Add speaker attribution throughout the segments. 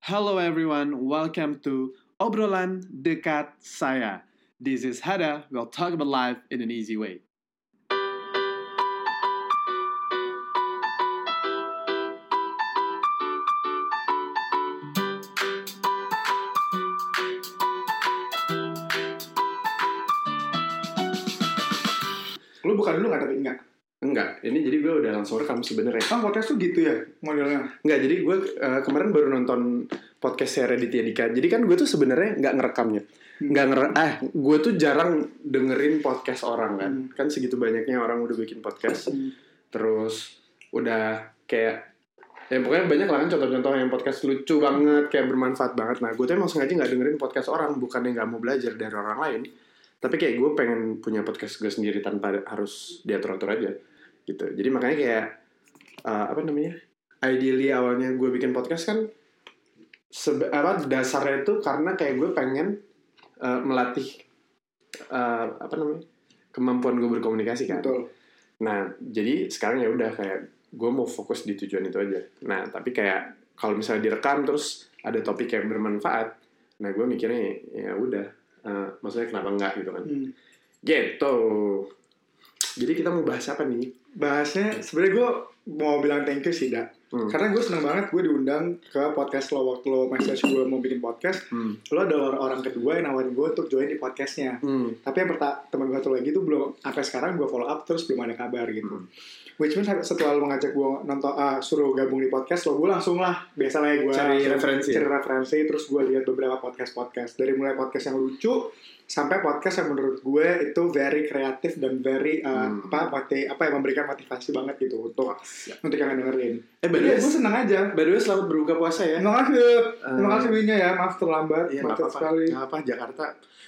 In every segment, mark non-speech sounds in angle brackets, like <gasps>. Speaker 1: Hello everyone, welcome to Obrolan Dekat Saya. This is Hada. We'll talk about life in an easy way.
Speaker 2: Lu bukan dulu nggak tapi ingat.
Speaker 3: Enggak, ini jadi gue udah langsung rekam sebenarnya.
Speaker 2: Kan podcast tuh gitu ya modelnya.
Speaker 3: Enggak, jadi gue eh, kemarin baru nonton podcastnya Raditya Dika. Jadi kan gue tuh sebenarnya nggak ngerekamnya.
Speaker 2: Hmm.
Speaker 3: Nggak nger eh gue tuh jarang dengerin podcast orang kan.
Speaker 2: Hmm.
Speaker 3: Kan segitu banyaknya orang udah bikin podcast.
Speaker 2: Hmm.
Speaker 3: Terus udah kayak ya pokoknya banyak lah kan contoh-contoh yang podcast lucu banget, kayak bermanfaat banget. Nah, gue tuh emang sengaja nggak dengerin podcast orang, bukan yang nggak mau belajar dari orang lain. Tapi kayak gue pengen punya podcast gue sendiri tanpa harus diatur-atur aja gitu. Jadi makanya kayak eh, apa namanya? Ideally awalnya gue bikin podcast kan sebe- apa dasarnya itu karena kayak gue pengen eh, melatih eh, apa namanya? kemampuan gue berkomunikasi kan.
Speaker 2: Betul.
Speaker 3: Nah, jadi sekarang ya udah kayak gue mau fokus di tujuan itu aja. Nah, tapi kayak kalau misalnya direkam terus ada topik yang bermanfaat, nah gue mikirnya ya udah, eh, maksudnya kenapa enggak gitu kan?
Speaker 2: Hmm.
Speaker 3: Gitu. Jadi kita mau bahas apa nih?
Speaker 2: Bahasnya sebenarnya gue mau bilang thank you sih, Da.
Speaker 3: Hmm.
Speaker 2: Karena gue seneng banget gue diundang ke podcast lo waktu lo message gue mau bikin podcast.
Speaker 3: Hmm.
Speaker 2: Lo adalah orang kedua yang nawarin gue untuk join di podcastnya.
Speaker 3: Hmm.
Speaker 2: Tapi yang pertama teman gue satu lagi tuh belum sampai sekarang gue follow up terus belum ada kabar gitu.
Speaker 3: Hmm.
Speaker 2: Which means setelah lo ngajak gue nonton ah, suruh gabung di podcast lo gue langsung lah biasanya gue
Speaker 3: Cari referensi ya?
Speaker 2: cari referensi terus gue lihat beberapa podcast podcast dari mulai podcast yang lucu sampai podcast yang menurut gue itu very kreatif dan very uh,
Speaker 3: Hmm.
Speaker 2: apa moti- apa yang memberikan motivasi banget gitu untuk untuk yang dengerin.
Speaker 3: Eh, by
Speaker 2: Jadi
Speaker 3: the way,
Speaker 2: gue seneng aja.
Speaker 3: by the way, selamat berbuka puasa ya.
Speaker 2: Terima kasih,
Speaker 3: Eh,
Speaker 2: terima kasih Winya ya, maaf terlambat,
Speaker 3: Iya, nggak
Speaker 2: macet
Speaker 3: apa-apa.
Speaker 2: sekali.
Speaker 3: Nggak apa, Jakarta.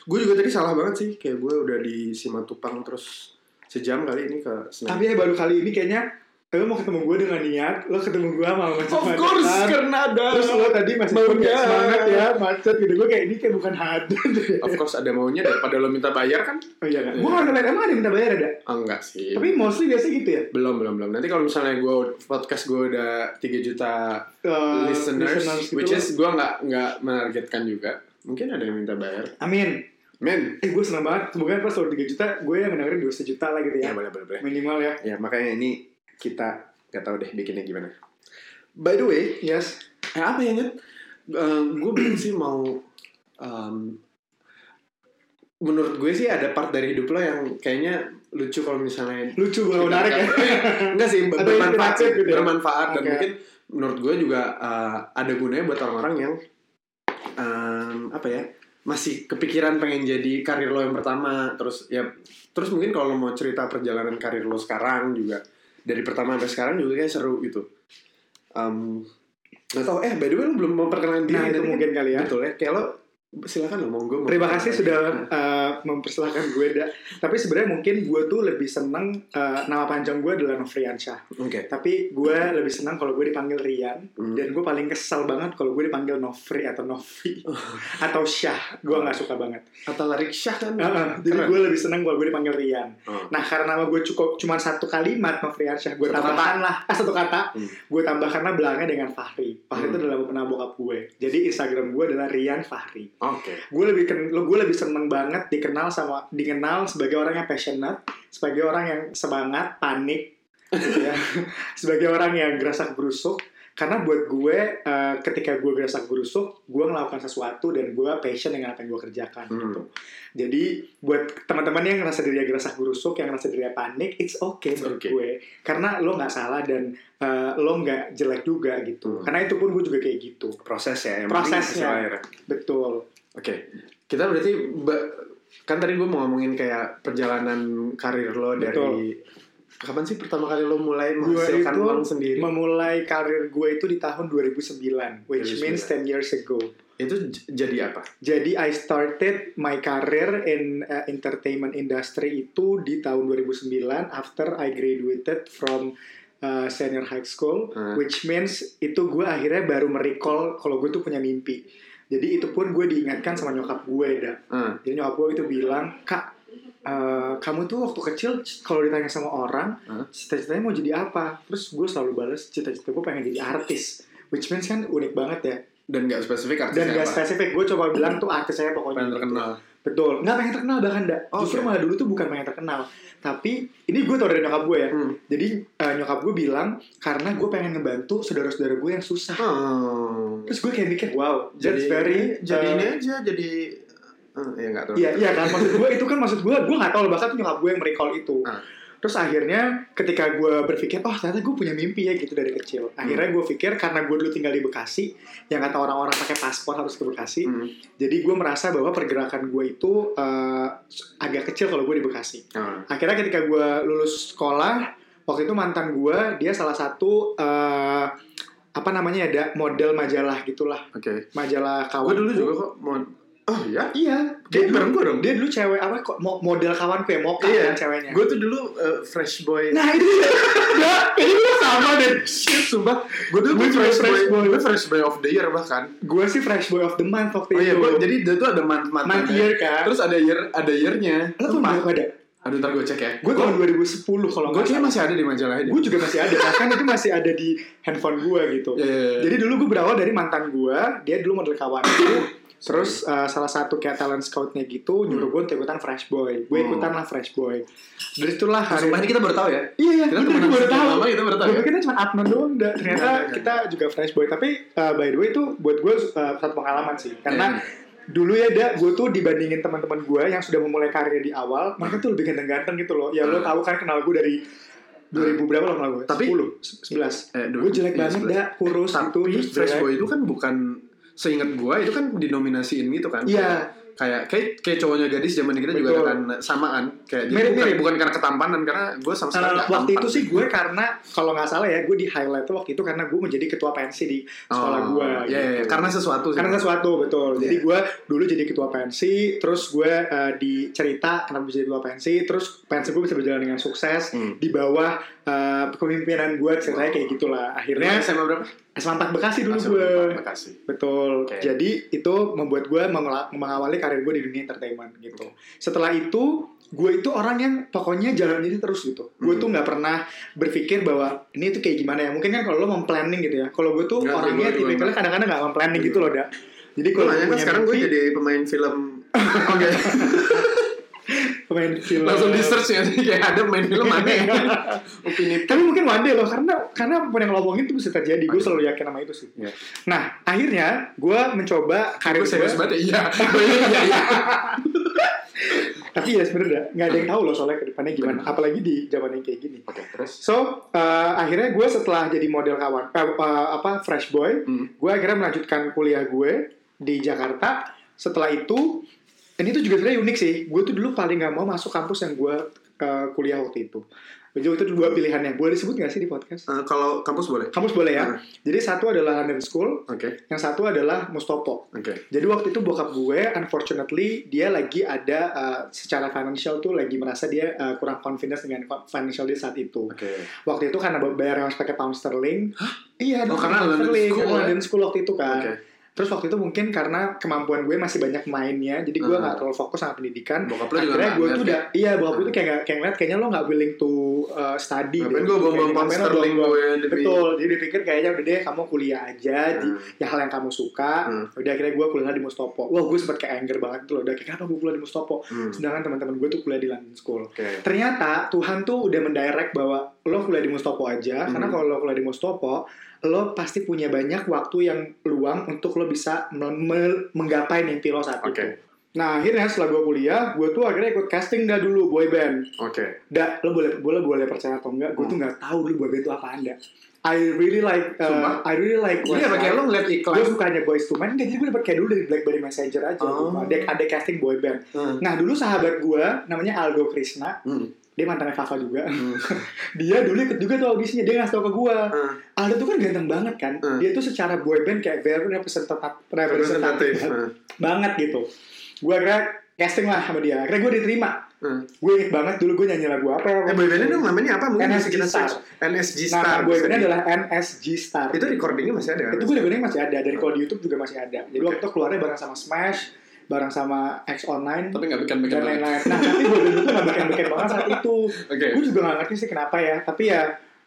Speaker 3: Gue juga tadi salah banget sih. Kayak gue udah di Simatupang terus sejam kali ini ke Senen.
Speaker 2: Tapi ya baru kali ini kayaknya lo mau ketemu gue dengan niat, lo ketemu gue sama macam
Speaker 3: Of course, karena ada.
Speaker 2: Terus lo tadi masih
Speaker 3: Maunya.
Speaker 2: kayak semangat ya, macet gitu. Gue kayak ini kayak bukan hard.
Speaker 3: Of course ada maunya daripada lo minta bayar kan?
Speaker 2: <laughs> oh iya kan?
Speaker 3: Iya.
Speaker 2: Gue gak ngeliat, emang ada yang minta bayar ada?
Speaker 3: Ah, enggak sih.
Speaker 2: Tapi mostly biasa gitu ya?
Speaker 3: belum belum belum. Nanti kalau misalnya gue podcast gue udah 3 juta
Speaker 2: Eh,
Speaker 3: listeners,
Speaker 2: gitu
Speaker 3: which
Speaker 2: loh.
Speaker 3: is gue nggak nggak menargetkan juga. Mungkin ada yang minta bayar.
Speaker 2: Amin.
Speaker 3: Men.
Speaker 2: Eh gue seneng banget, semoga pas lo 3 juta, gue yang dengerin 2 juta lah gitu
Speaker 3: Ya
Speaker 2: ya.
Speaker 3: boleh boleh boleh.
Speaker 2: Minimal ya.
Speaker 3: Ya makanya ini kita nggak tahu deh bikinnya gimana. By the way,
Speaker 2: Yes.
Speaker 3: Eh, apa ya Nyet? gue belum sih mau em, menurut gue sih ada part dari hidup lo yang kayaknya lucu kalau misalnya
Speaker 2: Lucu gue menarik ya.
Speaker 3: enggak sih ber-
Speaker 2: Ada yang
Speaker 3: bermanfaat sih,
Speaker 2: inspiratif gitu ya?
Speaker 3: bermanfaat dan
Speaker 2: Oke.
Speaker 3: mungkin menurut gue juga eh, ada gunanya buat orang-orang yang em, apa ya masih kepikiran pengen jadi karir lo yang pertama terus ya terus mungkin kalau lo mau cerita perjalanan karir lo sekarang juga dari pertama sampai sekarang juga kayak seru gitu Em nggak tahu eh by the way lo belum memperkenalkan diri
Speaker 2: <laughs> Nah itu
Speaker 3: Nanti
Speaker 2: mungkin kali ya.
Speaker 3: betul ya kayak lo silakan lo monggo monggo.
Speaker 2: Terima kasih sudah uh, mempersilahkan gue, Da. Tapi sebenarnya mungkin gue tuh lebih seneng, uh, nama panjang gue adalah Novriansyah.
Speaker 3: oke
Speaker 2: Tapi gue lebih seneng kalau gue dipanggil Rian.
Speaker 3: Hmm.
Speaker 2: Dan gue paling kesel banget kalau gue dipanggil Novri atau Novi.
Speaker 3: <laughs>
Speaker 2: atau Syah. Gue gak suka banget.
Speaker 3: atau larik syah kan
Speaker 2: Uh, uh, jadi
Speaker 3: Keren.
Speaker 2: gue lebih seneng kalau gue dipanggil Rian.
Speaker 3: Oh.
Speaker 2: Nah karena nama gue cukup cuma satu kalimat Novriansyah. Gue
Speaker 3: Satu
Speaker 2: tambahkan lah. Ah, satu kata.
Speaker 3: Hmm.
Speaker 2: Gue tambahkan lah belakangnya dengan Fahri. Fahri itu adalah penambok bokap gue. Jadi Instagram gue adalah Rian Fahri
Speaker 3: oke
Speaker 2: gue lebih ken- lo gue lebih seneng banget dikenal sama dikenal sebagai orang yang passionate sebagai orang yang semangat panik gitu
Speaker 3: <laughs>
Speaker 2: ya. sebagai orang yang gerasak berusuk karena buat gue eh, ketika gue gerasak berusuk gue melakukan sesuatu dan gue passion dengan apa yang gue kerjakan
Speaker 3: Hmm.
Speaker 2: gitu jadi buat teman-teman yang ngerasa dirinya gerasak berusuk yang ngerasa dirinya panik it's okay
Speaker 3: It's
Speaker 2: menurut
Speaker 3: okay.
Speaker 2: gue karena lo nggak salah dan eh, lo nggak jelek juga
Speaker 3: Hmm.
Speaker 2: gitu karena itu pun gue juga kayak gitu
Speaker 3: proses ya yang
Speaker 2: Prosesnya.
Speaker 3: penting hasil akhirnya.
Speaker 2: betul
Speaker 3: Oke, kita berarti ba- kan tadi gue mau ngomongin kayak perjalanan karir lo dari kapan sih pertama kali lo mulai
Speaker 2: Gua
Speaker 3: menghasilkan
Speaker 2: itu
Speaker 3: uang sendiri?
Speaker 2: memulai karir gue itu di tahun 2009 which
Speaker 3: 2009.
Speaker 2: means 10 years ago
Speaker 3: Itu j- jadi apa?
Speaker 2: jadi I started my career in uh, entertainment industry itu di tahun 2009 after I graduated from uh, senior high school
Speaker 3: Hmm.
Speaker 2: which means itu gue akhirnya baru merecall kalau gue tuh punya mimpi jadi itu pun gue diingatkan sama nyokap gue dah
Speaker 3: Ah,
Speaker 2: jadi nyokap gue itu bilang, Kak, eh, kamu tuh waktu kecil kalau ditanya sama orang,
Speaker 3: Hah?
Speaker 2: cita-citanya mau jadi apa? Terus gue selalu balas, cita-cita gue pengen jadi artis. Which means kan unik banget ya.
Speaker 3: dan nggak spesifik
Speaker 2: dan
Speaker 3: artisnya
Speaker 2: gak
Speaker 3: apa
Speaker 2: spesifik gue coba bilang tuh artisnya pokoknya gitu.
Speaker 3: pengen terkenal Oh,
Speaker 2: betul nggak pengen terkenal bahkan enggak
Speaker 3: Oke.
Speaker 2: justru malah dulu tuh bukan pengen terkenal tapi ini gue tau dari nyokap gue ya
Speaker 3: hmm.
Speaker 2: jadi eh, nyokap gue bilang karena gue pengen ngebantu saudara-saudara gue yang susah
Speaker 3: Hmm.
Speaker 2: terus gue kayak mikir wow
Speaker 3: jadi
Speaker 2: that's very
Speaker 3: jadi
Speaker 2: eh,
Speaker 3: ini aja jadi eh, ya nggak tahu
Speaker 2: Iya, iya kan maksud gue itu kan maksud gue gue nggak tahu bahkan tuh nyokap gue yang merecall itu.
Speaker 3: Ah.
Speaker 2: Terus akhirnya ketika gue berpikir, oh ternyata gue punya mimpi ya gitu dari kecil. Akhirnya
Speaker 3: Hmm.
Speaker 2: gue pikir karena gue dulu tinggal di Bekasi, yang kata orang-orang pakai paspor harus ke Bekasi.
Speaker 3: Hmm.
Speaker 2: Jadi gue merasa bahwa pergerakan gue itu eh, agak kecil kalau gue di Bekasi
Speaker 3: Ah.
Speaker 2: akhirnya ketika gue lulus sekolah waktu itu mantan gue dia salah satu eh, apa namanya ada model majalah gitulah
Speaker 3: oke
Speaker 2: majalah kawan
Speaker 3: gue dulu juga kok mau oh ya
Speaker 2: iya
Speaker 3: dia
Speaker 2: dia dulu,
Speaker 3: bareng gue dong
Speaker 2: dia dulu cewek apa kok mo- model kawanku ya moka
Speaker 3: Iya.
Speaker 2: kan ceweknya
Speaker 3: gue tuh dulu eh, fresh boy
Speaker 2: nah itu dia Dia- ini gue sama deh
Speaker 3: Shit, sumpah. Gue tuh
Speaker 2: Gua
Speaker 3: gue
Speaker 2: juga
Speaker 3: fresh,
Speaker 2: fresh
Speaker 3: boy.
Speaker 2: boy.
Speaker 3: Gue fresh boy of the year bahkan.
Speaker 2: gue sih fresh boy of the month waktu
Speaker 3: Oh iya,
Speaker 2: itu
Speaker 3: gua, jadi dia tuh ada month month
Speaker 2: month year kan
Speaker 3: Terus ada year ada yearnya.
Speaker 2: lo tuh nggak ada
Speaker 3: Aduh ntar gue cek ya.
Speaker 2: gue tahun 2010 kalau
Speaker 3: gue
Speaker 2: nggak
Speaker 3: kayaknya
Speaker 2: salah
Speaker 3: masih ada di majalah ini.
Speaker 2: gue juga masih ada bahkan itu masih ada di handphone gue gitu
Speaker 3: Iya, iya, iya.
Speaker 2: Jadi dulu gue berawal dari mantan gue, dia dulu model
Speaker 3: <laughs>
Speaker 2: kawanku. Terus uh, salah satu kayak talent scoutnya gitu nyuruh gue untuk ikutan Fresh Boy. Gue
Speaker 3: Hmm.
Speaker 2: ikutan lah Fresh Boy. Dari itulah hari
Speaker 3: Sumpah ini kita baru tahu ya.
Speaker 2: Iya, iya,
Speaker 3: Kita
Speaker 2: bener,
Speaker 3: temenan
Speaker 2: gue baru
Speaker 3: sekian
Speaker 2: tahu.
Speaker 3: lama kita baru tahu ya.
Speaker 2: Gue
Speaker 3: Iya,
Speaker 2: pikir kita cuma Adnan doang, enggak. Ternyata
Speaker 3: Enggak, enggak,
Speaker 2: kita juga Fresh Boy. Tapi uh, by the way itu buat gue uh, satu pengalaman sih. Karena
Speaker 3: Iya.
Speaker 2: dulu ya, Da, gue tuh dibandingin teman-teman gue yang sudah memulai karir di awal, mereka tuh lebih ganteng-ganteng gitu loh. Ya lo
Speaker 3: Ah.
Speaker 2: tahu kan kenal gue dari 2000 berapa lo kenal gue?
Speaker 3: Iya. Tapi-
Speaker 2: 10, 11.
Speaker 3: Eh, dulu-
Speaker 2: Gue jelek
Speaker 3: iya,
Speaker 2: banget,
Speaker 3: sebelas.
Speaker 2: Da. Kurus,
Speaker 3: Tapi
Speaker 2: satu, terus
Speaker 3: fresh
Speaker 2: jelek.
Speaker 3: boy itu kan bukan seingat gue itu kan dinominasiin gitu kan.
Speaker 2: Iya.
Speaker 3: Kayak kayak kayak cowoknya gadis zaman kita juga
Speaker 2: Betul.
Speaker 3: kan samaan kayak jadi
Speaker 2: Mirip-mirip.
Speaker 3: bukan, bukan karena ketampanan karena gue sama sekali
Speaker 2: Nah,
Speaker 3: nggak
Speaker 2: waktu
Speaker 3: tampan.
Speaker 2: itu sih gue karena kalau nggak salah ya gue di highlight tuh waktu itu karena gue menjadi ketua pensi di sekolah
Speaker 3: Oh,
Speaker 2: gue.
Speaker 3: iya, iya,
Speaker 2: gitu.
Speaker 3: karena sesuatu sih.
Speaker 2: karena sesuatu betul. Jadi
Speaker 3: Iya.
Speaker 2: gue dulu jadi ketua pensi, terus gue eh, dicerita kenapa bisa jadi ketua pensi, terus pensi gue bisa berjalan dengan sukses
Speaker 3: Hmm.
Speaker 2: di bawah eh, kepemimpinan gue ceritanya kayak gitulah.
Speaker 3: Ini
Speaker 2: Akhirnya
Speaker 3: SMA berapa?
Speaker 2: SMA 4 Bekasi dulu
Speaker 3: SMA
Speaker 2: gue.
Speaker 3: berapa? Bekasi.
Speaker 2: Betul.
Speaker 3: Oke.
Speaker 2: Jadi itu membuat gue mengela- mengawali karir gue di dunia entertainment gitu. Setelah itu gue itu orang yang pokoknya jalan ini terus gitu. Gue
Speaker 3: Hmm.
Speaker 2: tuh nggak pernah berpikir bahwa ini tuh kayak gimana ya. Mungkin kan kalau lo memplanning gitu ya. Kalau gue tuh
Speaker 3: Nggak,
Speaker 2: orangnya
Speaker 3: gue- gue-
Speaker 2: tipikalnya kadang-kadang nggak memplanning gitu loh, Da. Jadi
Speaker 3: Gue
Speaker 2: kalau
Speaker 3: Iya. nanya kan
Speaker 2: punya
Speaker 3: sekarang gue
Speaker 2: mimpi,
Speaker 3: jadi pemain film <laughs> Oke
Speaker 2: pemain film.
Speaker 3: Langsung di search ya <laughs> Kayak ada pemain film mana ya <laughs> Upini
Speaker 2: Tapi mungkin one day loh karena karena apapun yang lo omongin tuh bisa terjadi. Gue
Speaker 3: Pasti.
Speaker 2: selalu yakin sama itu sih.
Speaker 3: Iya.
Speaker 2: Nah, akhirnya gue mencoba
Speaker 3: Gue
Speaker 2: karir gue.
Speaker 3: serius banget <laughs> ya Iya Gue ini iya, iya.
Speaker 2: Tapi ya sebenarnya nggak ada yang tahu loh soalnya ke depannya gimana.
Speaker 3: Benar.
Speaker 2: Apalagi di zaman yang kayak gini.
Speaker 3: Oke terus
Speaker 2: So eh, akhirnya gue setelah jadi model kawan eh, eh, apa fresh boy,
Speaker 3: Hmm.
Speaker 2: gue akhirnya melanjutkan kuliah gue di Jakarta. Setelah itu, ini tuh juga sebenarnya unik sih. Gue tuh dulu paling nggak mau masuk kampus yang gue eh, kuliah waktu itu. Jadi waktu itu dua pilihannya. Boleh disebut nggak sih di podcast?
Speaker 3: Eh, Kalau kampus boleh?
Speaker 2: Kampus boleh ya.
Speaker 3: Hmm.
Speaker 2: Jadi satu adalah London School,
Speaker 3: Oke
Speaker 2: yang satu adalah Mustopo.
Speaker 3: Oke
Speaker 2: Jadi waktu itu bokap gue, unfortunately dia lagi ada eh, secara financial tuh lagi merasa dia eh, kurang confidence dengan financial dia saat itu
Speaker 3: Oke
Speaker 2: waktu itu karena bayar harus pakai pound sterling. Iya,
Speaker 3: Oh,
Speaker 2: dulu
Speaker 3: karena
Speaker 2: pound
Speaker 3: London
Speaker 2: sterling,
Speaker 3: School,
Speaker 2: karena
Speaker 3: ya?
Speaker 2: London School waktu itu kan.
Speaker 3: Oke
Speaker 2: Terus waktu itu mungkin karena kemampuan gue masih banyak mainnya, jadi gue
Speaker 3: Hmm.
Speaker 2: nggak terlalu fokus sama pendidikan.
Speaker 3: Kan Bokap lo juga
Speaker 2: Akhirnya
Speaker 3: nggak
Speaker 2: gue
Speaker 3: ngeliat
Speaker 2: tuh
Speaker 3: ya?
Speaker 2: udah, iya bokap gue tuh kayak nggak kayak ngeliat, kayaknya lo nggak willing to uh, study.
Speaker 3: Ngapain
Speaker 2: deh.
Speaker 3: gue
Speaker 2: Kayak
Speaker 3: bawa-bawa
Speaker 2: ngapain
Speaker 3: pound
Speaker 2: lo
Speaker 3: sterling
Speaker 2: bawa-bawa-
Speaker 3: gue di-
Speaker 2: Betul, jadi dipikir kayaknya udah deh kamu kuliah aja, di,
Speaker 3: Hmm.
Speaker 2: ya hal yang kamu suka.
Speaker 3: Hmm.
Speaker 2: Udah akhirnya gue kuliah di Mustopo. Wah gue sempet kayak anger banget tuh loh, udah kayak kenapa gue kuliah di Mustopo?
Speaker 3: Hmm.
Speaker 2: Sedangkan teman-teman gue tuh kuliah di London School
Speaker 3: Oke
Speaker 2: ternyata Tuhan tuh udah mendirect bahwa lo kuliah di Mustopo aja karena
Speaker 3: Mhm.
Speaker 2: kalau lo kuliah di Mustopo lo pasti punya banyak waktu yang luang untuk lo bisa me- me- menggapai mimpi lo saat
Speaker 3: Oke.
Speaker 2: itu nah akhirnya setelah gue kuliah gue tuh akhirnya ikut casting dah dulu boy band
Speaker 3: Oke
Speaker 2: dah lo boleh boleh boleh percaya atau
Speaker 3: Hmm.
Speaker 2: enggak gue tuh nggak tahu dulu boy band itu apa anda I really like uh,
Speaker 3: Sumpah?
Speaker 2: I really like
Speaker 3: Iya
Speaker 2: Westlife.
Speaker 3: pakai lo ngeliat
Speaker 2: gue
Speaker 3: iklan
Speaker 2: sukanya boys to men jadi gue dapet kayak dulu dari BlackBerry Messenger aja
Speaker 3: Oh.
Speaker 2: ada ada casting boy band
Speaker 3: Hmm.
Speaker 2: nah dulu sahabat gue namanya Aldo Krishna
Speaker 3: Hmm.
Speaker 2: dia mantannya Fafa juga
Speaker 3: Hmm.
Speaker 2: <laughs> dia dulu ikut juga tuh audisinya dia ngasih tau ke gue
Speaker 3: Hmm.
Speaker 2: Aldo tuh kan ganteng banget kan
Speaker 3: Hmm.
Speaker 2: dia tuh secara boyband kayak very representatif
Speaker 3: Representatif
Speaker 2: representatif
Speaker 3: Hmm.
Speaker 2: banget gitu gue akhirnya casting lah sama dia akhirnya gue diterima
Speaker 3: Hmm.
Speaker 2: gue inget banget dulu gue nyanyi lagu apa
Speaker 3: Eh
Speaker 2: ya
Speaker 3: boybandnya dong namanya apa? Mungkin bisa
Speaker 2: NSG
Speaker 3: kita
Speaker 2: Star.
Speaker 3: search NSG
Speaker 2: nama
Speaker 3: Star
Speaker 2: boybandnya adalah NSG Star
Speaker 3: Itu recordingnya masih ada kan?
Speaker 2: itu gue dengerin masih ada dan kalau di YouTube juga masih ada jadi waktu itu keluarnya bareng sama Smash bareng sama X Online
Speaker 3: Tapi gak bikin-bikin
Speaker 2: dan
Speaker 3: banget
Speaker 2: lain-lain. Nah, tapi gue dulu tuh gak bikin-bikin banget saat itu.
Speaker 3: Oke.
Speaker 2: Gue juga gak ngerti sih kenapa ya. Tapi ya,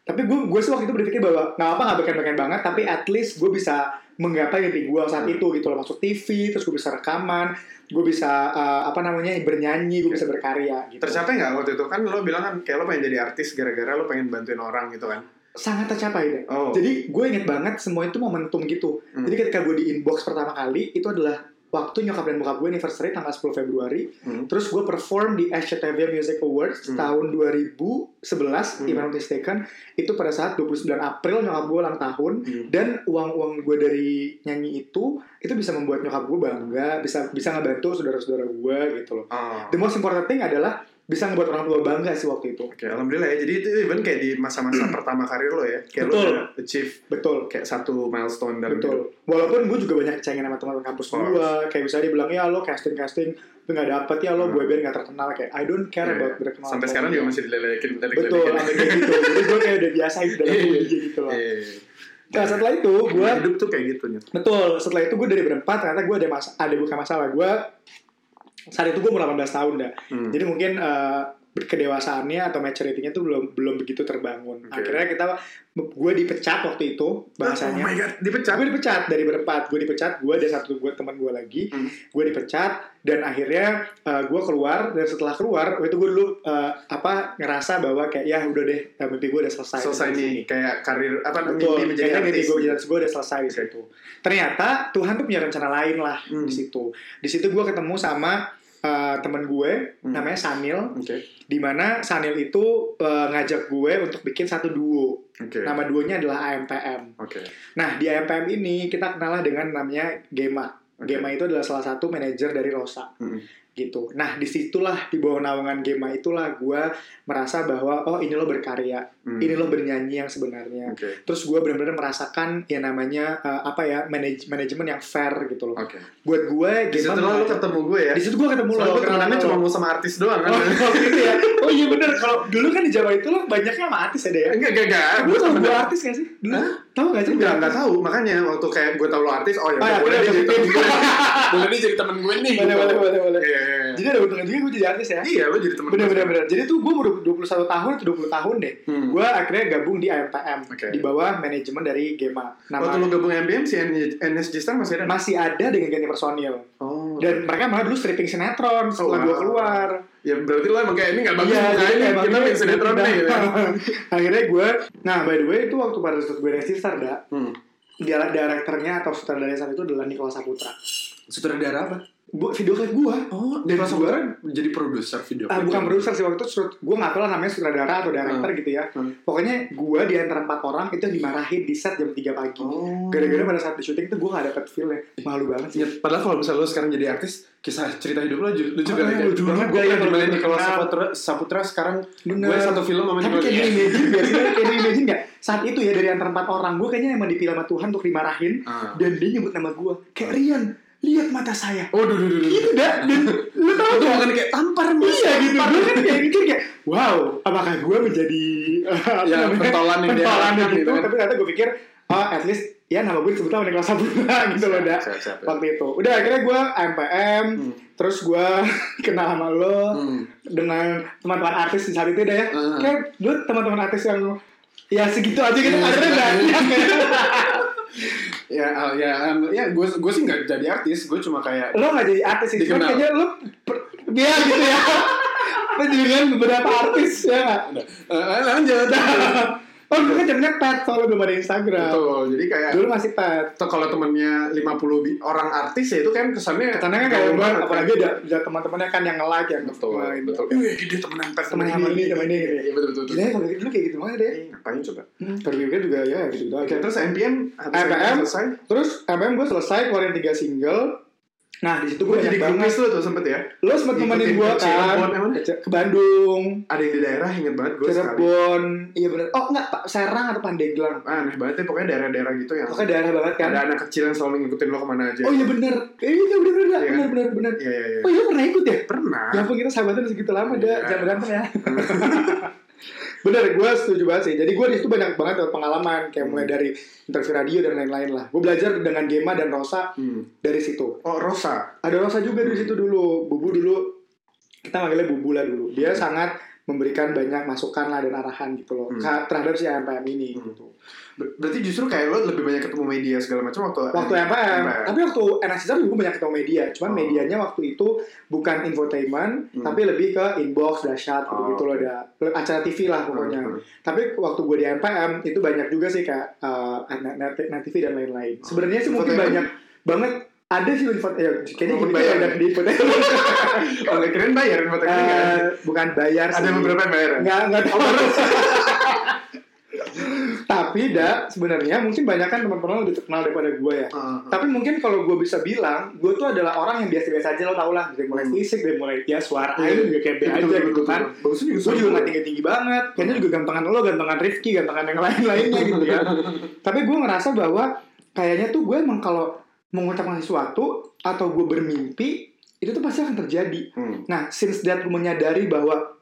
Speaker 2: tapi gue gue sih waktu itu berpikir bahwa nggak apa nggak bikin-bikin banget, tapi at least gue bisa menggapai mimpi gue saat
Speaker 3: Hmm.
Speaker 2: itu gitu loh masuk TV terus gue bisa rekaman gue bisa eh, apa namanya bernyanyi gue bisa berkarya gitu
Speaker 3: Tercapai nggak waktu itu? Kan lo bilang kan kayak lo pengen jadi artis gara-gara lo pengen bantuin orang gitu kan.
Speaker 2: sangat tercapai deh
Speaker 3: Oh.
Speaker 2: jadi gue inget banget semua itu momentum gitu
Speaker 3: Hmm.
Speaker 2: jadi ketika gue di inbox pertama kali itu adalah waktu nyokap dan bokap gue anniversary tanggal 10 Februari
Speaker 3: Hmm.
Speaker 2: Terus gue perform di SCTV Music Awards
Speaker 3: Hmm.
Speaker 2: tahun 2011,
Speaker 3: Hmm.
Speaker 2: if I'm not mistaken. Itu pada saat 29 April nyokap gue ulang tahun.
Speaker 3: Hmm.
Speaker 2: Dan uang-uang gue dari nyanyi itu, itu bisa membuat nyokap gue bangga, bisa bisa ngebantu saudara-saudara gue gitu loh.
Speaker 3: Oh.
Speaker 2: The most important thing adalah bisa ngebuat orang tua bangga sih waktu itu.
Speaker 3: Oke, alhamdulillah ya. Jadi itu even kayak di masa-masa pertama karir lo ya, kayak
Speaker 2: Hmm. Betul.
Speaker 3: lo udah achieve
Speaker 2: Betul.
Speaker 3: kayak satu milestone dalam hidup.
Speaker 2: Betul. Walaupun gue juga banyak cengin sama teman-teman kampus
Speaker 3: Oh.
Speaker 2: gue, kayak misalnya dibilang ya lo casting casting tapi nggak dapet ya lo
Speaker 3: Hmm.
Speaker 2: boyband nggak terkenal kayak I don't care
Speaker 3: Iya,
Speaker 2: about terkenal.
Speaker 3: Sampai sekarang juga masih dilelekin,
Speaker 2: Betul, sampai kayak gitu. Jadi gue kayak udah biasa hidup dalam
Speaker 3: <laughs> Iya, iya.
Speaker 2: dunia gitu loh.
Speaker 3: Iya.
Speaker 2: Nah setelah itu gue,
Speaker 3: Gua hidup tuh kayak gitu nih.
Speaker 2: betul, setelah itu gue dari berempat ternyata gue ada mas ada bukan masalah. Gue, saat itu gue umur 18 tahun dah.
Speaker 3: Hmm.
Speaker 2: Jadi mungkin eh, kedewasaannya atau maturity-nya tuh belum belum begitu terbangun.
Speaker 3: Oke.
Speaker 2: Akhirnya kita, gue dipecat waktu itu bahasanya.
Speaker 3: Oh my god, dipecat.
Speaker 2: gue dipecat dari berempat gue dipecat gue ada satu gue teman gue lagi
Speaker 3: Hmm.
Speaker 2: gue dipecat dan akhirnya uh, gue keluar dan setelah keluar waktu itu gue dulu uh, apa ngerasa bahwa kayak ya udah deh uh, mimpi gue udah selesai
Speaker 3: Selesai nih kayak karir apa
Speaker 2: betul
Speaker 3: mimpi menjadi
Speaker 2: kayaknya mimpi
Speaker 3: artis.
Speaker 2: gue menjadi artis gue udah selesai di situ ternyata Tuhan tuh punya rencana lain lah
Speaker 3: Hmm.
Speaker 2: di situ di situ gue ketemu sama uh, temen gue
Speaker 3: Hmm.
Speaker 2: namanya Sanil
Speaker 3: Oke.
Speaker 2: dimana Sanil itu uh, ngajak gue untuk bikin satu duo
Speaker 3: Oke.
Speaker 2: nama duonya adalah AMPM
Speaker 3: Oke.
Speaker 2: Nah, di AMPM ini kita kenalah dengan namanya Gema.
Speaker 3: Oke.
Speaker 2: Gema itu adalah salah satu manajer dari Rosa
Speaker 3: Hmm.
Speaker 2: gitu. Nah, disitulah di bawah naungan Gema itulah gue merasa bahwa oh ini lo berkarya,
Speaker 3: Hmm.
Speaker 2: ini lo bernyanyi yang sebenarnya.
Speaker 3: Oke.
Speaker 2: Terus gue benar-benar merasakan ya namanya eh, apa ya manaj- manajemen yang fair gitu loh.
Speaker 3: Oke.
Speaker 2: Buat gue
Speaker 3: Di
Speaker 2: Gema
Speaker 3: situ lo
Speaker 2: mengajak-
Speaker 3: ketemu gue ya.
Speaker 2: di situ gue ketemu
Speaker 3: Soalnya
Speaker 2: lo,
Speaker 3: gue temenannya
Speaker 2: kenalan
Speaker 3: cuma
Speaker 2: lo.
Speaker 3: mau sama artis doang kan.
Speaker 2: Oh, gitu ya. Oh iya bener kalau dulu kan di Jawa itu lo banyaknya sama artis ya deh. ya?
Speaker 3: <laughs> Enggak, enggak, enggak.
Speaker 2: Lu
Speaker 3: Gue
Speaker 2: tau gue
Speaker 3: temenan.
Speaker 2: artis gak sih? Dulu
Speaker 3: Hah?
Speaker 2: tau gak sih?
Speaker 3: Enggak, enggak tahu. Makanya waktu kayak gue tau lo artis, oh ya
Speaker 2: Oh, ya,
Speaker 3: udah, boleh
Speaker 2: udah,
Speaker 3: nih jadi
Speaker 2: udah.
Speaker 3: temen gue. <laughs> Boleh nih jadi temen gue nih.
Speaker 2: Boleh, boleh, boleh, boleh.
Speaker 3: Iya, iya, iya.
Speaker 2: Jadi ada untungnya juga gue jadi artis ya.
Speaker 3: Iya, lo jadi temen
Speaker 2: Bener
Speaker 3: gue.
Speaker 2: bener bener. Jadi tuh gue umur 21 tahun atau 20 tahun deh.
Speaker 3: Hmm.
Speaker 2: Gue akhirnya gabung di AMPM
Speaker 3: Oke.
Speaker 2: di bawah manajemen dari Gema.
Speaker 3: Waktu lo
Speaker 2: Nama
Speaker 3: gabung MBM, si NSG Star masih ada?
Speaker 2: masih ada dengan ganti personil.
Speaker 3: Oh.
Speaker 2: Dan mereka malah dulu stripping sinetron
Speaker 3: Oh,
Speaker 2: setelah gue
Speaker 3: wow.
Speaker 2: keluar.
Speaker 3: Ya berarti lo emang kayak ini gak bagus
Speaker 2: Iya,
Speaker 3: mukanya,
Speaker 2: jadi emang
Speaker 3: kita
Speaker 2: ini-
Speaker 3: main sinetron
Speaker 2: Nah,
Speaker 3: nih. Gitu.
Speaker 2: <laughs> akhirnya gue, nah by the way itu waktu pada saat gue Resti Star dah,
Speaker 3: Hmm.
Speaker 2: dia direkturnya atau sutradara saat itu adalah Nikola Saputra.
Speaker 3: Sutradara apa?
Speaker 2: Bu, video klip gue,
Speaker 3: Oh,
Speaker 2: Dari
Speaker 3: Nikola Saputra jadi produser video.
Speaker 2: ah,
Speaker 3: klip.
Speaker 2: bukan produser sih waktu itu, gue nggak tahu lah namanya sutradara atau director gitu ya.
Speaker 3: Hmm.
Speaker 2: Pokoknya gue di antara empat orang itu dimarahin di set jam 3 pagi.
Speaker 3: Oh.
Speaker 2: Gara-gara pada saat di syuting tuh gue gak dapet feel-nya. Malu banget sih.
Speaker 3: Ya, padahal kalau misalnya lo sekarang jadi artis, kisah cerita hidup lo ju- lucu
Speaker 2: Ah,
Speaker 3: kan?
Speaker 2: lucu banget.
Speaker 3: Gue yang
Speaker 2: Kalau
Speaker 3: dimana
Speaker 2: gue
Speaker 3: Nikola
Speaker 2: kenal.
Speaker 3: Saputra, Saputra sekarang
Speaker 2: Bener.
Speaker 3: gue satu film sama Nikola.
Speaker 2: Tapi kayak di imagine,
Speaker 3: <laughs>
Speaker 2: biasanya kayak di imagine gak? Saat itu ya dari antara empat orang, gue kayaknya emang dipilih sama Tuhan untuk dimarahin.
Speaker 3: Ah.
Speaker 2: Dan dia nyebut nama gue. Kayak Rian, lihat mata saya.
Speaker 3: Oh, duh, duh, duh, duh.
Speaker 2: Gitu dah. Dan lu tau
Speaker 3: Itu
Speaker 2: gak?
Speaker 3: bukan kayak tampar mas.
Speaker 2: Iya gitu, gue kan kayak mikir kayak, wow, apakah gue menjadi eh, apa
Speaker 3: Ya,
Speaker 2: namanya?
Speaker 3: pentolan yang dia
Speaker 2: pentolan
Speaker 3: harapkan
Speaker 2: gitu,
Speaker 3: gitu kan.
Speaker 2: tapi ternyata gue pikir, oh at least ya nama gue disebut sama Nikola Saputra gitu loh, dah.
Speaker 3: Siap, siap, siap.
Speaker 2: waktu itu udah akhirnya gue MPM
Speaker 3: Hmm.
Speaker 2: terus gue <laughs> kenal sama lo
Speaker 3: Hmm.
Speaker 2: dengan teman-teman artis di saat itu deh ya
Speaker 3: Hmm.
Speaker 2: kayak lu teman-teman artis yang ya segitu aja gitu
Speaker 3: Hmm.
Speaker 2: akhirnya
Speaker 3: <laughs>
Speaker 2: banyak
Speaker 3: Ya, ah, ya, em, ya, gue gue sih nggak jadi artis, gue cuma kayak
Speaker 2: lo gak jadi artis sih cuma
Speaker 3: Dikenal.
Speaker 2: kayaknya lo per- <laughs> ya gitu ya lo jadi dengan beberapa artis ya nggak
Speaker 3: Eh,
Speaker 2: <laughs>
Speaker 3: lanjut.
Speaker 2: oh dulu kan zamannya pet soalnya belum ada Instagram
Speaker 3: Betul, jadi kayak
Speaker 2: dulu masih pet
Speaker 3: atau kalau temennya 50 bi- orang artis ya itu kan kesannya
Speaker 2: karena kan kayak
Speaker 3: gaul
Speaker 2: gue
Speaker 3: banget,
Speaker 2: apalagi ada, ada teman-temannya kan yang like yang
Speaker 3: betul
Speaker 2: main.
Speaker 3: betul eh dia temen yang pers,
Speaker 2: Temen yang ini, temen ini, gitu ya.
Speaker 3: Iya, betul betul, betul.
Speaker 2: gila ya kalau gitu dulu kayak gitu banget deh
Speaker 3: Eh, ngapain coba
Speaker 2: Baru juga juga ya gitu
Speaker 3: oke
Speaker 2: aja.
Speaker 3: terus MPM habis
Speaker 2: MPM?
Speaker 3: MPM selesai
Speaker 2: Terus MM gue selesai keluarin tiga single. Nah di situ
Speaker 3: gue
Speaker 2: gue
Speaker 3: jadi
Speaker 2: jadi
Speaker 3: grupis
Speaker 2: banget.
Speaker 3: tuh tuh sempet ya
Speaker 2: Lo sempet nemenin
Speaker 3: Ikutin
Speaker 2: gue
Speaker 3: ke Cirebon,
Speaker 2: kan
Speaker 3: emang?
Speaker 2: ke ke Bandung,
Speaker 3: ada yang di daerah inget banget gue sekali
Speaker 2: Cirebon, iya bener. Oh enggak Pak Serang atau Pandeglang?
Speaker 3: Ah, aneh banget ya pokoknya daerah-daerah gitu yang
Speaker 2: Pokoknya daerah banget kan.
Speaker 3: ada anak kecil yang selalu ngikutin lo kemana aja
Speaker 2: Oh iya bener, Eh, iya bener bener
Speaker 3: Iya.
Speaker 2: bener bener bener.
Speaker 3: iya iya iya
Speaker 2: Oh iya lo pernah ikut ya?
Speaker 3: pernah
Speaker 2: Ya ampun kita sahabatan udah segitu lama
Speaker 3: Iya.
Speaker 2: dah, jangan berantem ya. bener, gue setuju banget sih. Jadi gue di situ banyak banget dapat pengalaman, kayak mulai
Speaker 3: Hmm.
Speaker 2: dari interview radio dan lain-lain lah. Gue belajar dengan Gema dan Rosa
Speaker 3: <laughs> Hmm.
Speaker 2: dari situ.
Speaker 3: oh Rosa
Speaker 2: ada Rosa juga di situ dulu. Bubu dulu kita manggilnya Bubu lah dulu. Dia sangat memberikan banyak masukan lah dan arahan gitu loh
Speaker 3: Hmm.
Speaker 2: ka- terhadap si MPM ini
Speaker 3: Hmm.
Speaker 2: gitu.
Speaker 3: Ber- berarti justru kayak lo lebih banyak ketemu media segala macam waktu
Speaker 2: Waktu MPM, tapi waktu NSSR juga banyak ketemu media, cuman
Speaker 3: Oh.
Speaker 2: medianya waktu itu bukan infotainment,
Speaker 3: Hmm.
Speaker 2: tapi lebih ke inbox, dahsyat,
Speaker 3: Oh,
Speaker 2: gitu loh, ada acara TV lah pokoknya.
Speaker 3: Hmm.
Speaker 2: Tapi waktu gue di NPM itu banyak juga sih kayak eh, net, net- net TV dan lain-lain. Sebenarnya sih
Speaker 3: Oh.
Speaker 2: mungkin
Speaker 3: Infotainment. Oh,
Speaker 2: banyak banget ada sih info, ya, kayaknya
Speaker 3: Mungkin
Speaker 2: gitu
Speaker 3: bayar.
Speaker 2: ya udah di
Speaker 3: <laughs>
Speaker 2: infotainment.
Speaker 3: Oh, keren bayar info teknik kan?
Speaker 2: Eh, bukan bayar sih.
Speaker 3: Ada beberapa yang bayar. ya?
Speaker 2: Nggak, nggak tahu. <laughs> Tapi dah sebenarnya mungkin banyak kan teman-teman lebih terkenal daripada gue ya.
Speaker 3: Heeh.
Speaker 2: Tapi mungkin kalau gue bisa bilang, gue tuh adalah orang yang biasa-biasa aja lo tau lah. Dari mulai
Speaker 3: Hmm.
Speaker 2: fisik, dari mulai ya suara
Speaker 3: Iya.
Speaker 2: aja juga kayak B aja gitu kan.
Speaker 3: Bagus juga.
Speaker 2: Gue juga gak tinggi-tinggi banget. Kayaknya juga gantengan lo, gantengan Rifki, gantengan yang lain-lainnya gitu
Speaker 3: <laughs>
Speaker 2: ya. Tapi gue ngerasa bahwa kayaknya tuh gue emang kalau mengucapkan sesuatu atau gue bermimpi, itu tuh pasti akan terjadi.
Speaker 3: Hmm.
Speaker 2: Nah, since that gue menyadari bahwa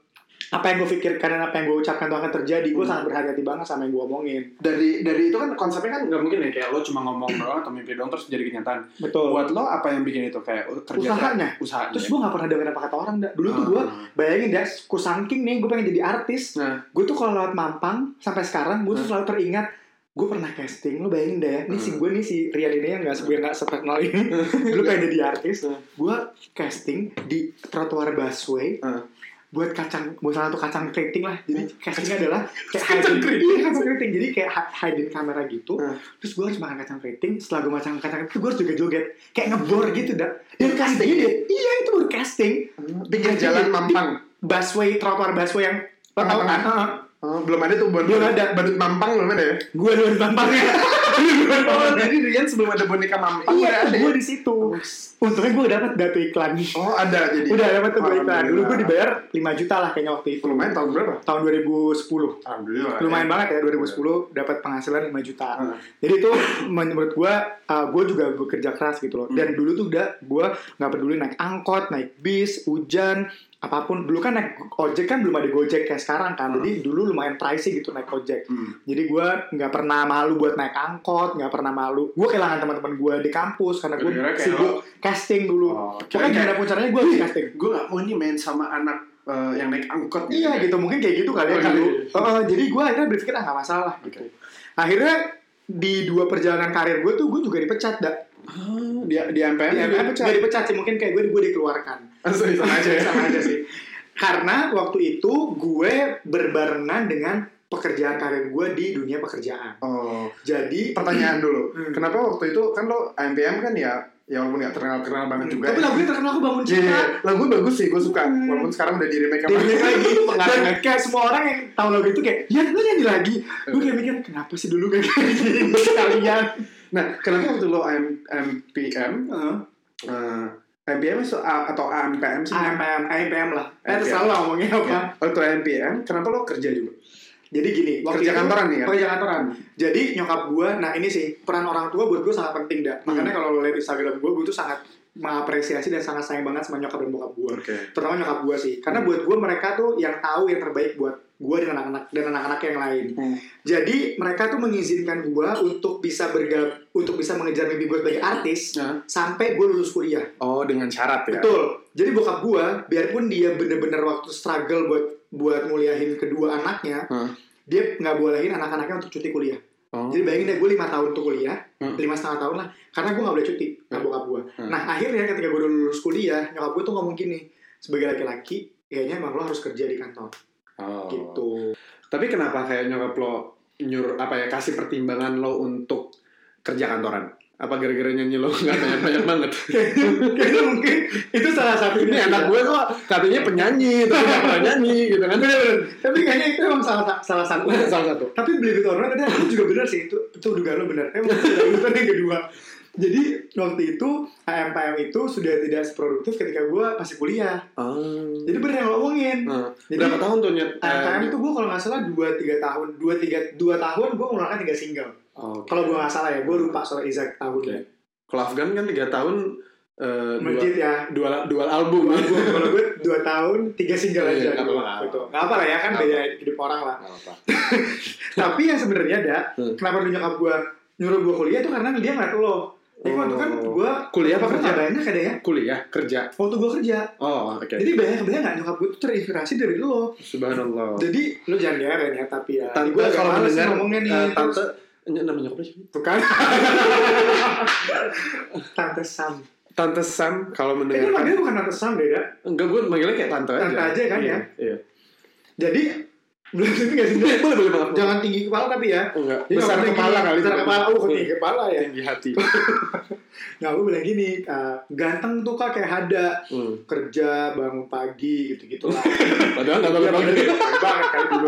Speaker 2: apa yang gue pikirkan dan apa yang gue ucapkan itu akan terjadi, gue
Speaker 3: Hmm.
Speaker 2: sangat berhati-hati banget sama yang gue omongin.
Speaker 3: Dari dari itu kan konsepnya kan nggak mungkin ya kayak lo cuma ngomong doang atau mimpi doang terus jadi kenyataan.
Speaker 2: Betul.
Speaker 3: Buat lo apa yang bikin itu kayak uh, kerja
Speaker 2: Usahanya.
Speaker 3: usahanya.
Speaker 2: Terus gue gak pernah dengerin apa kata orang. Da. Dulu tuh
Speaker 3: Ah.
Speaker 2: gue bayangin dah, ku saking nih gue pengen jadi artis.
Speaker 3: Nah.
Speaker 2: Gue tuh kalau lewat Mampang sampai sekarang, gue tuh selalu teringat gue pernah casting, lo bayangin deh ya, ini si
Speaker 3: Hmm.
Speaker 2: gue nih si Rian ini yang gak sebenarnya gak seterkenal ini, dulu pengen jadi artis,
Speaker 3: Hmm.
Speaker 2: gue casting di trotoar busway,
Speaker 3: Hmm.
Speaker 2: buat kacang, buat salah satu kacang keriting lah, jadi castingnya adalah kayak
Speaker 3: Kacang
Speaker 2: hiding-
Speaker 3: keriting.
Speaker 2: iya kacang keriting, jadi kayak hi- hiding kamera gitu,
Speaker 3: Hmm.
Speaker 2: terus gue harus makan kacang keriting, setelah gue makan kacang keriting, gue harus juga joget, kayak ngebor
Speaker 3: Hmm.
Speaker 2: gitu dah, dan castingnya dia, iya itu baru casting,
Speaker 3: ya? Hmm. pinggir jalan Ah, Mampang.
Speaker 2: busway trotoar busway yang lo tau kan? Heeh.
Speaker 3: Oh, belum ada tuh bon-
Speaker 2: Belum ada.
Speaker 3: badut Mampang belum ada ya.
Speaker 2: Gue duluan <laughs> tampangnya.
Speaker 3: Oh, jadi Rian sebelum ada boneka Mampang udah
Speaker 2: Iya,
Speaker 3: ada. ya?
Speaker 2: gue di situ. Untungnya gue dapat data iklan.
Speaker 3: Oh, ada jadi.
Speaker 2: Udah dapat tuh gua iklan. Dulu gue
Speaker 3: Alhamdulillah.
Speaker 2: dibayar 5 juta lah kayaknya waktu itu.
Speaker 3: lumayan tahun berapa?
Speaker 2: Tahun 2010.
Speaker 3: Alhamdulillah.
Speaker 2: Lumayan banget ya 2010 dapat penghasilan 5 juta.
Speaker 3: Eh, iya. Heeh.
Speaker 2: Jadi itu menurut gue, gue juga bekerja keras gitu loh.
Speaker 3: Hmm.
Speaker 2: Dan dulu tuh udah gue nggak peduli naik angkot, naik bis, hujan, apapun. Dulu kan naik ojek kan belum ada gojek kayak sekarang kan. Jadi dulu lumayan pricey gitu naik ojek.
Speaker 3: Hmm.
Speaker 2: Jadi gue nggak pernah malu buat naik angkot, nggak pernah malu. Gue kehilangan teman-teman gue di kampus karena gue
Speaker 3: Gara-gara kayak
Speaker 2: sibuk casting dulu. kan
Speaker 3: Oh,
Speaker 2: Pokoknya gimana pun caranya gue harus casting.
Speaker 3: gue gak mau nih main sama anak eh, yang naik angkot
Speaker 2: Iya gitu, mungkin kayak gitu kali ya.
Speaker 3: Oh,
Speaker 2: kan
Speaker 3: iya,
Speaker 2: lu.
Speaker 3: iya.
Speaker 2: Oh, jadi gue akhirnya berpikir ah nggak masalah.
Speaker 3: Oke.
Speaker 2: Akhirnya di dua perjalanan karir gue tuh gue juga dipecat dah.
Speaker 3: Ah, di di MPM
Speaker 2: Di
Speaker 3: juga
Speaker 2: MPM
Speaker 3: pecah.
Speaker 2: Gak dipecat sih, mungkin kayak gue gue dikeluarkan.
Speaker 3: Langsung di sana aja ya.
Speaker 2: Sama aja sih. Karena waktu itu gue berbarengan dengan pekerjaan karir gue di dunia pekerjaan.
Speaker 3: Oh,
Speaker 2: Jadi <clears throat>
Speaker 3: pertanyaan dulu.
Speaker 2: Hmm.
Speaker 3: Kenapa waktu itu kan lo MPM kan ya ya walaupun gak terkenal-terkenal banget juga.
Speaker 2: Hmm, Tapi
Speaker 3: ya.
Speaker 2: lagunya terkenal aku bangun
Speaker 3: Iya,
Speaker 2: cinta.
Speaker 3: iya. lagu bagus sih, gue suka. Walaupun sekarang udah di remake sama- <laughs>
Speaker 2: Dengerin Hmm. lagi
Speaker 3: Pengaruh.
Speaker 2: Dan kayak semua orang yang tahu lagu itu kayak Ya lu nyanyi lagi Gue kayak mikir Kenapa sih dulu <laughs> gak kayak gini Kalian
Speaker 3: Nah, kenapa waktu lo M- MPM, eh, MPM so- A- atau AMPM sih?
Speaker 2: AMPM AMPM lah Eh
Speaker 3: AMPM.
Speaker 2: terserah lo ngomongnya apa
Speaker 3: Ya. Waktu MPM, kenapa lo kerja juga?
Speaker 2: Jadi gini waktu
Speaker 3: Kerja
Speaker 2: itu-
Speaker 3: kantoran nih ya?
Speaker 2: Kerja kantoran kan? Jadi nyokap gue Nah ini sih Peran orang tua buat gue sangat penting dah Makanya kalau lo lihat Instagram gue Gue tuh sangat mengapresiasi dan sangat sayang banget sama nyokap dan bokap gue
Speaker 3: Oke.
Speaker 2: terutama nyokap gue sih karena buat gue mereka tuh yang tahu yang terbaik buat gue dan anak-anak dan anak-anak yang lain
Speaker 3: Hmm.
Speaker 2: jadi mereka tuh mengizinkan gue untuk bisa bergab untuk bisa mengejar mimpi gue sebagai artis
Speaker 3: Nah.
Speaker 2: sampai gue lulus kuliah
Speaker 3: Oh, dengan syarat ya.
Speaker 2: betul jadi bokap gue biarpun dia bener-bener waktu struggle buat buat nguliahin kedua anaknya
Speaker 3: Hah.
Speaker 2: dia nggak bolehin anak-anaknya untuk cuti kuliah
Speaker 3: Oh.
Speaker 2: jadi bayangin deh gue lima tahun untuk kuliah,
Speaker 3: Hmm.
Speaker 2: lima setengah tahun lah, karena gue gak boleh cuti sama
Speaker 3: Hmm.
Speaker 2: bokap gue.
Speaker 3: Hmm.
Speaker 2: Nah akhirnya ketika gue udah lulus kuliah, nyokap gue tuh ngomong gini, sebagai laki-laki, kayaknya emang lo harus kerja di kantor,
Speaker 3: Oh.
Speaker 2: gitu. <laughs>
Speaker 3: Tapi kenapa kayak nyokap lo nyur apa ya kasih pertimbangan lo untuk kerja kantoran? Apa gara-gara nyanyi lo <laughs> nggak banyak-banyak
Speaker 2: <laughs>
Speaker 3: banget?
Speaker 2: Kayaknya mungkin itu salah satu
Speaker 3: Ini anak gue kok katanya penyanyi, tapi nggak pernah nyanyi gitu kan?
Speaker 2: Tapi kayaknya itu emang salah salah satu.
Speaker 3: <laughs> Salah satu.
Speaker 2: Tapi believe it or not, tadi aku juga benar sih itu itu dugaan lo benar. Emang itu yang kedua. Jadi waktu itu HMPM itu sudah tidak seproduktif ketika gue masih kuliah.
Speaker 3: Oh.
Speaker 2: Jadi bener yang lo omongin.
Speaker 3: Nah,
Speaker 2: Ah. Jadi-
Speaker 3: berapa tahun tuh nyet? eh,
Speaker 2: MPM itu gue kalau nggak salah 2-3 tahun 2-3 2 tahun gue mengeluarkan 3 single
Speaker 3: Oh, oke.
Speaker 2: kalau gue nggak salah ya gue lupa soal exact tahunnya
Speaker 3: Kalau Afgan kan tiga tahun eh, dua,
Speaker 2: menjit ya
Speaker 3: dua, dua album. ya.
Speaker 2: Kalau gua- kalau gue 2 tahun 3
Speaker 3: Iya,
Speaker 2: single aja
Speaker 3: nggak apa-apa, nggak
Speaker 2: gitu nggak apa lah ya kan
Speaker 3: Nggak
Speaker 2: beda hidup orang lah
Speaker 3: <laughs> Nggak apa-apa.
Speaker 2: tapi yang sebenarnya ada
Speaker 3: Hmm.
Speaker 2: kenapa dulu nyokap gue nyuruh gue kuliah tuh karena dia ngeliat lo Ya waktu kan gue
Speaker 3: Oh. Kuliah apa kerja?
Speaker 2: Banyak ada ya.
Speaker 3: Kuliah, kerja.
Speaker 2: Waktu gue kerja.
Speaker 3: Oh, oke.
Speaker 2: Jadi banyak banyak nggak nyokap gue tuh terinspirasi dari lo.
Speaker 3: Subhanallah.
Speaker 2: Jadi lu jangan diaren ya tapi ya.
Speaker 3: Tante
Speaker 2: Gue agak
Speaker 3: kalau
Speaker 2: males
Speaker 3: mendengar
Speaker 2: ngomongnya nih.
Speaker 3: eh,
Speaker 2: terus-
Speaker 3: tante ny- nama nyokapnya siapa?
Speaker 2: Tuh kan. <laughs> tante Sam.
Speaker 3: Tante Sam kalau
Speaker 2: Eh, dia
Speaker 3: mendengar
Speaker 2: manggilnya bukan Tante Sam deh, Dak.
Speaker 3: enggak gue manggilnya kayak tante aja.
Speaker 2: Tante aja kan
Speaker 3: Iya,
Speaker 2: ya?
Speaker 3: Iya.
Speaker 2: Jadi belum tentu nggak sih? Dak?
Speaker 3: Boleh boleh maaf.
Speaker 2: <laughs> Jangan tinggi kepala tapi ya.
Speaker 3: enggak.
Speaker 2: Jadi
Speaker 3: Besar
Speaker 2: kalau tinggi-
Speaker 3: kepala kali.
Speaker 2: Besar
Speaker 3: Tante.
Speaker 2: kepala. Oh, bukan tinggi kepala ya.
Speaker 3: Tinggi hati.
Speaker 2: Nah, gue bilang gini, eh, ganteng tuh kak kayak ada
Speaker 3: Hmm.
Speaker 2: kerja bangun pagi gitu-gitu <laughs> lah.
Speaker 3: Padahal enggak
Speaker 2: Iya,
Speaker 3: bakal
Speaker 2: bener.
Speaker 3: banget.
Speaker 2: banget kan dulu.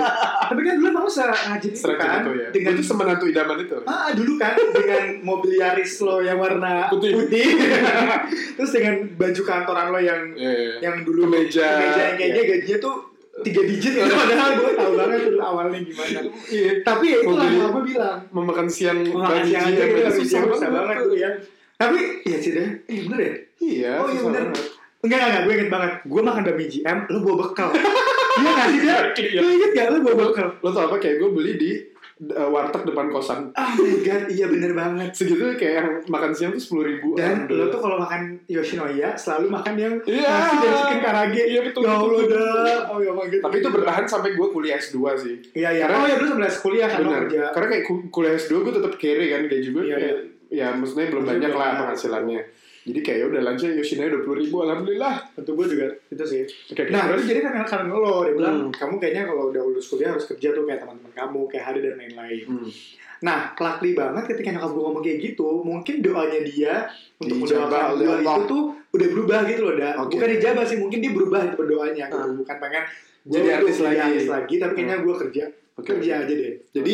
Speaker 2: Tapi kan dulu emang usah ngajin itu
Speaker 3: Seragam
Speaker 2: kan
Speaker 3: itu ya.
Speaker 2: dengan
Speaker 3: itu semenantu idaman itu.
Speaker 2: Ah, dulu kan dengan mobiliaris lo yang warna
Speaker 3: Putih.
Speaker 2: putih. <laughs> Terus dengan baju kantoran lo yang
Speaker 3: Iya, iya.
Speaker 2: yang dulu
Speaker 3: Kemeja.
Speaker 2: kemeja yang
Speaker 3: iya.
Speaker 2: kayaknya gajinya tuh tiga digit gitu padahal gue tahu banget dulu awalnya gimana.
Speaker 3: Iya.
Speaker 2: Tapi ya itu
Speaker 3: Mobil-
Speaker 2: lah gue bilang.
Speaker 3: Memakan siang
Speaker 2: Makan
Speaker 3: bagi
Speaker 2: siang aja
Speaker 3: dia,
Speaker 2: gitu
Speaker 3: bagi
Speaker 2: susah, susah banget dulu ya. Tapi ya sih deh, eh bener ya?
Speaker 3: Iya.
Speaker 2: Oh iya
Speaker 3: susah
Speaker 2: bener.
Speaker 3: banget.
Speaker 2: Enggak enggak, gue inget banget. Gue makan demi GM, lo bawa bekal. Iya nggak sih dia?
Speaker 3: Iya.
Speaker 2: Lo inget gak lo bawa bekal?
Speaker 3: Lo tau apa kayak gue beli di eh, warteg depan kosan.
Speaker 2: Ah my god, iya bener banget.
Speaker 3: Segitu kayak yang makan siang tuh sepuluh ribu.
Speaker 2: Dan lo tuh kalau makan Yoshinoya selalu makan yang
Speaker 3: Iya.
Speaker 2: nasi dan chicken karage.
Speaker 3: Iya, betul,
Speaker 2: Ya
Speaker 3: betul,
Speaker 2: Allah
Speaker 3: betul.
Speaker 2: dah. Oh ya banget.
Speaker 3: Tapi itu bertahan sampai gue kuliah S2 sih.
Speaker 2: Iya iya.
Speaker 3: Karena-
Speaker 2: Oh ya dulu sebelah kuliah kan lo
Speaker 3: Bener.
Speaker 2: kerja.
Speaker 3: Karena kayak ku- kuliah S2 gue tetap kere kan gaji gue.
Speaker 2: Iya,
Speaker 3: kayak- Ya maksudnya belum banyak
Speaker 2: Maksudnya belum
Speaker 3: lah
Speaker 2: banyak.
Speaker 3: penghasilannya. Jadi kayak ya udah lanjut Yoshinoya dua puluh ribu alhamdulillah.
Speaker 2: Tentu gue juga itu sih.
Speaker 3: Oke, oke.
Speaker 2: Nah,
Speaker 3: terus
Speaker 2: itu jadi kan karena lo dia bilang
Speaker 3: Hmm.
Speaker 2: kamu kayaknya kalau udah lulus kuliah harus kerja tuh kayak teman-teman kamu, kayak Hadi dan lain-lain.
Speaker 3: Hmm.
Speaker 2: Nah, luckily banget ketika nyokap gue ngomong kayak gitu, mungkin doanya dia untuk
Speaker 3: Dijabah
Speaker 2: mendoakan
Speaker 3: oleh
Speaker 2: gue
Speaker 3: Allah.
Speaker 2: itu tuh udah berubah gitu loh, Dan.
Speaker 3: Oke. Hmm.
Speaker 2: Bukan dijabah sih, mungkin dia berubah itu doanya. gitu. Bukan pengen gua
Speaker 3: Jadi
Speaker 2: untuk
Speaker 3: artis lagi. Hmm.
Speaker 2: artis lagi, tapi kayaknya gue kerja.
Speaker 3: Oke,
Speaker 2: kerja aja deh. Jadi,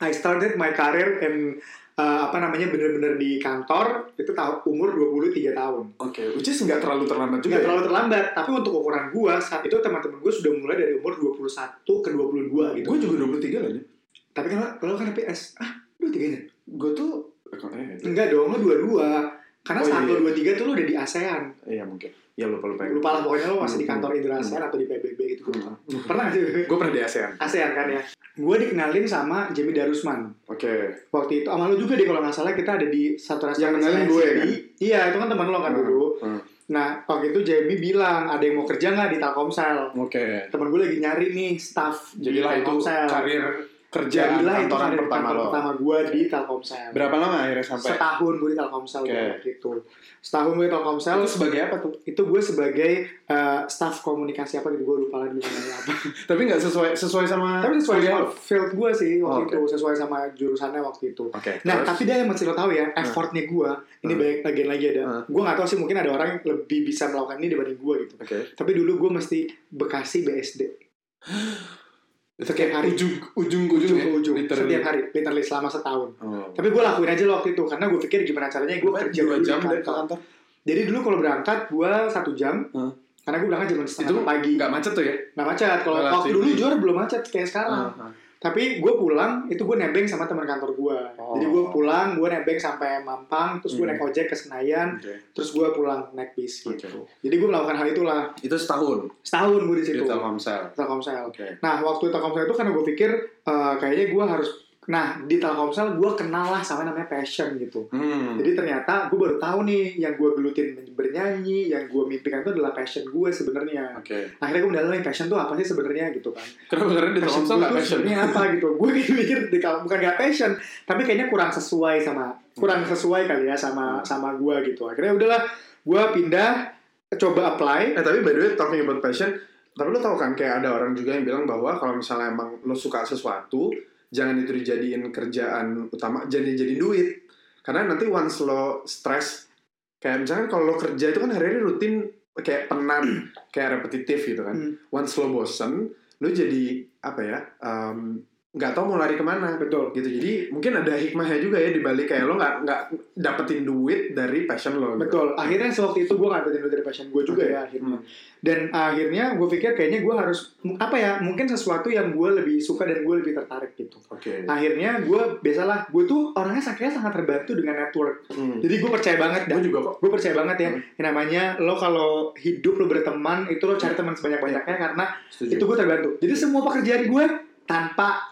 Speaker 2: I started my career in uh, apa namanya bener-bener di kantor itu tahun umur 23 tahun.
Speaker 3: Oke, which is nggak terlalu terlambat juga.
Speaker 2: Nggak
Speaker 3: ya?
Speaker 2: terlalu terlambat, tapi untuk ukuran gue saat itu teman-teman gue sudah mulai dari umur 21 ke 22 gitu.
Speaker 3: Gue juga 23 lah ya.
Speaker 2: Tapi kan lo- lo kan PS, ah, 23 nya?
Speaker 3: Gue tuh eh,
Speaker 2: Enggak dong, lo dua-dua. Karena
Speaker 3: Oh,
Speaker 2: saat
Speaker 3: iya,
Speaker 2: lo dua-tiga tuh lo udah di ASEAN.
Speaker 3: iya mungkin. Ya lupa lupa.
Speaker 2: Lupa lah pokoknya lo masih di
Speaker 3: Hmm,
Speaker 2: kantor Indra ASEAN atau di PBB gitu. Pernah gak sih?
Speaker 3: Gue
Speaker 2: <laughs>
Speaker 3: Hmm. pernah di ASEAN.
Speaker 2: ASEAN kan ya. Gue dikenalin sama Jamie Darusman.
Speaker 3: Oke.
Speaker 2: Waktu itu sama lo juga deh kalau nggak salah kita ada di satu
Speaker 3: Yang
Speaker 2: restoran
Speaker 3: kenalin gue, kan?
Speaker 2: Iya, itu kan teman lo kan dulu.
Speaker 3: Hmm.
Speaker 2: Nah, waktu itu Jamie bilang ada yang mau kerja nggak di Telkomsel.
Speaker 3: Oke.
Speaker 2: Temen gue lagi nyari nih staff di
Speaker 3: Jadilah Iya, itu
Speaker 2: Telkomsel.
Speaker 3: karir kerja
Speaker 2: Jadilah itu
Speaker 3: kantoran
Speaker 2: karir
Speaker 3: pertama
Speaker 2: kantor
Speaker 3: lo.
Speaker 2: pertama gue di Telkomsel.
Speaker 3: Berapa lama akhirnya sampai?
Speaker 2: Setahun gue di Telkomsel
Speaker 3: Oke.
Speaker 2: gua gitu. Setahun gue di Telkomsel.
Speaker 3: Itu sebagai apa tuh?
Speaker 2: itu gue sebagai eh, staff komunikasi apa gitu gue lupa lagi namanya
Speaker 3: <laughs>
Speaker 2: apa
Speaker 3: Tapi nggak sesuai sesuai sama.
Speaker 2: tapi sesuai
Speaker 3: kuliah
Speaker 2: sama
Speaker 3: lo?
Speaker 2: field gue sih
Speaker 3: Oh,
Speaker 2: waktu
Speaker 3: oke.
Speaker 2: itu sesuai sama jurusannya waktu itu
Speaker 3: Oke.
Speaker 2: nah
Speaker 3: terus?
Speaker 2: tapi dia yang mesti lo tahu ya effortnya gue ini
Speaker 3: Hmm.
Speaker 2: banyak bagian lagi ada
Speaker 3: Hmm.
Speaker 2: gue nggak tahu sih mungkin ada orang yang lebih bisa melakukan ini dibanding gue gitu
Speaker 3: Oke.
Speaker 2: tapi dulu gue mesti Bekasi
Speaker 3: <gasps>
Speaker 2: BSD
Speaker 3: Itu kayak
Speaker 2: hari.
Speaker 3: ujung ujung
Speaker 2: ujung
Speaker 3: ujung ya?
Speaker 2: ke ujung
Speaker 3: Literally.
Speaker 2: setiap hari literally selama setahun
Speaker 3: Oh.
Speaker 2: tapi gue lakuin aja loh waktu itu karena gue pikir gimana caranya gue
Speaker 3: Berapa?
Speaker 2: kerja
Speaker 3: dua
Speaker 2: dulu di
Speaker 3: jam dari ke
Speaker 2: kantor.
Speaker 3: kantor.
Speaker 2: jadi dulu kalau berangkat gue satu jam
Speaker 3: Hmm.
Speaker 2: karena gue berangkat jam
Speaker 3: Itu
Speaker 2: setengah pagi
Speaker 3: nggak macet tuh ya?
Speaker 2: nggak macet kalau
Speaker 3: Relatif.
Speaker 2: waktu dulu jor belum macet kayak sekarang
Speaker 3: Ah, ah.
Speaker 2: tapi gue pulang itu gue nebeng sama teman kantor gue
Speaker 3: Oh.
Speaker 2: jadi gue pulang gue nebeng sampai Mampang terus gue
Speaker 3: Hmm.
Speaker 2: naik ojek ke Senayan
Speaker 3: Oke.
Speaker 2: terus gue pulang naik bis gitu
Speaker 3: Oke.
Speaker 2: jadi gue melakukan hal itulah
Speaker 3: Itu setahun
Speaker 2: setahun gue di
Speaker 3: di
Speaker 2: situ
Speaker 3: Telkomsel.
Speaker 2: Telkomsel
Speaker 3: Oke.
Speaker 2: nah waktu Telkomsel itu karena gue pikir eh, kayaknya gue harus nah di Telkomsel gue kenal lah sama namanya passion gitu
Speaker 3: Hmm.
Speaker 2: jadi ternyata gue baru tahu nih yang gue gelutin bernyanyi yang gue mimpikan itu adalah passion gue sebenarnya
Speaker 3: Oke.
Speaker 2: akhirnya gue mendalami passion tuh apa sih sebenarnya gitu kan
Speaker 3: Kenapa karena di Telkomsel
Speaker 2: passion gue
Speaker 3: nggak
Speaker 2: tuh
Speaker 3: passion?
Speaker 2: sebenarnya apa gitu gue gitu mikir di kalau bukan nggak passion tapi kayaknya kurang sesuai sama kurang
Speaker 3: Hmm.
Speaker 2: sesuai kali ya sama sama gue gitu akhirnya udahlah gue pindah coba apply
Speaker 3: Eh tapi by the way talking about passion, tapi lo tau kan kayak ada orang juga yang bilang bahwa kalau misalnya emang lo suka sesuatu, jangan itu dijadiin kerjaan utama, jadi jadi duit. Karena nanti once lo stres, kayak misalkan kalau lo kerja itu kan hari-hari rutin kayak penat, <clears throat> kayak repetitif gitu kan.
Speaker 2: Hmm.
Speaker 3: Once lo bosen, lo jadi apa ya? em, nggak tau mau lari kemana
Speaker 2: betul
Speaker 3: gitu jadi mungkin ada hikmahnya juga ya dibalik kayak lo nggak nggak dapetin duit dari passion lo gitu.
Speaker 2: betul akhirnya sewaktu itu gue ngapain dari passion gue juga
Speaker 3: Oke.
Speaker 2: ya akhirnya
Speaker 3: Hmm.
Speaker 2: dan akhirnya gue pikir kayaknya gue harus apa ya mungkin sesuatu yang gue lebih suka dan gue lebih tertarik gitu
Speaker 3: oke
Speaker 2: akhirnya gue biasalah gue tuh orangnya akhirnya sangat terbantu dengan network
Speaker 3: Hmm.
Speaker 2: jadi gue percaya banget
Speaker 3: gue
Speaker 2: dan
Speaker 3: juga Hmm. kok
Speaker 2: gue percaya banget ya yang namanya lo kalau hidup lo berteman itu
Speaker 3: Iya.
Speaker 2: lo cari teman sebanyak banyaknya karena
Speaker 3: setuju
Speaker 2: itu gue terbantu jadi semua pekerjaan gue tanpa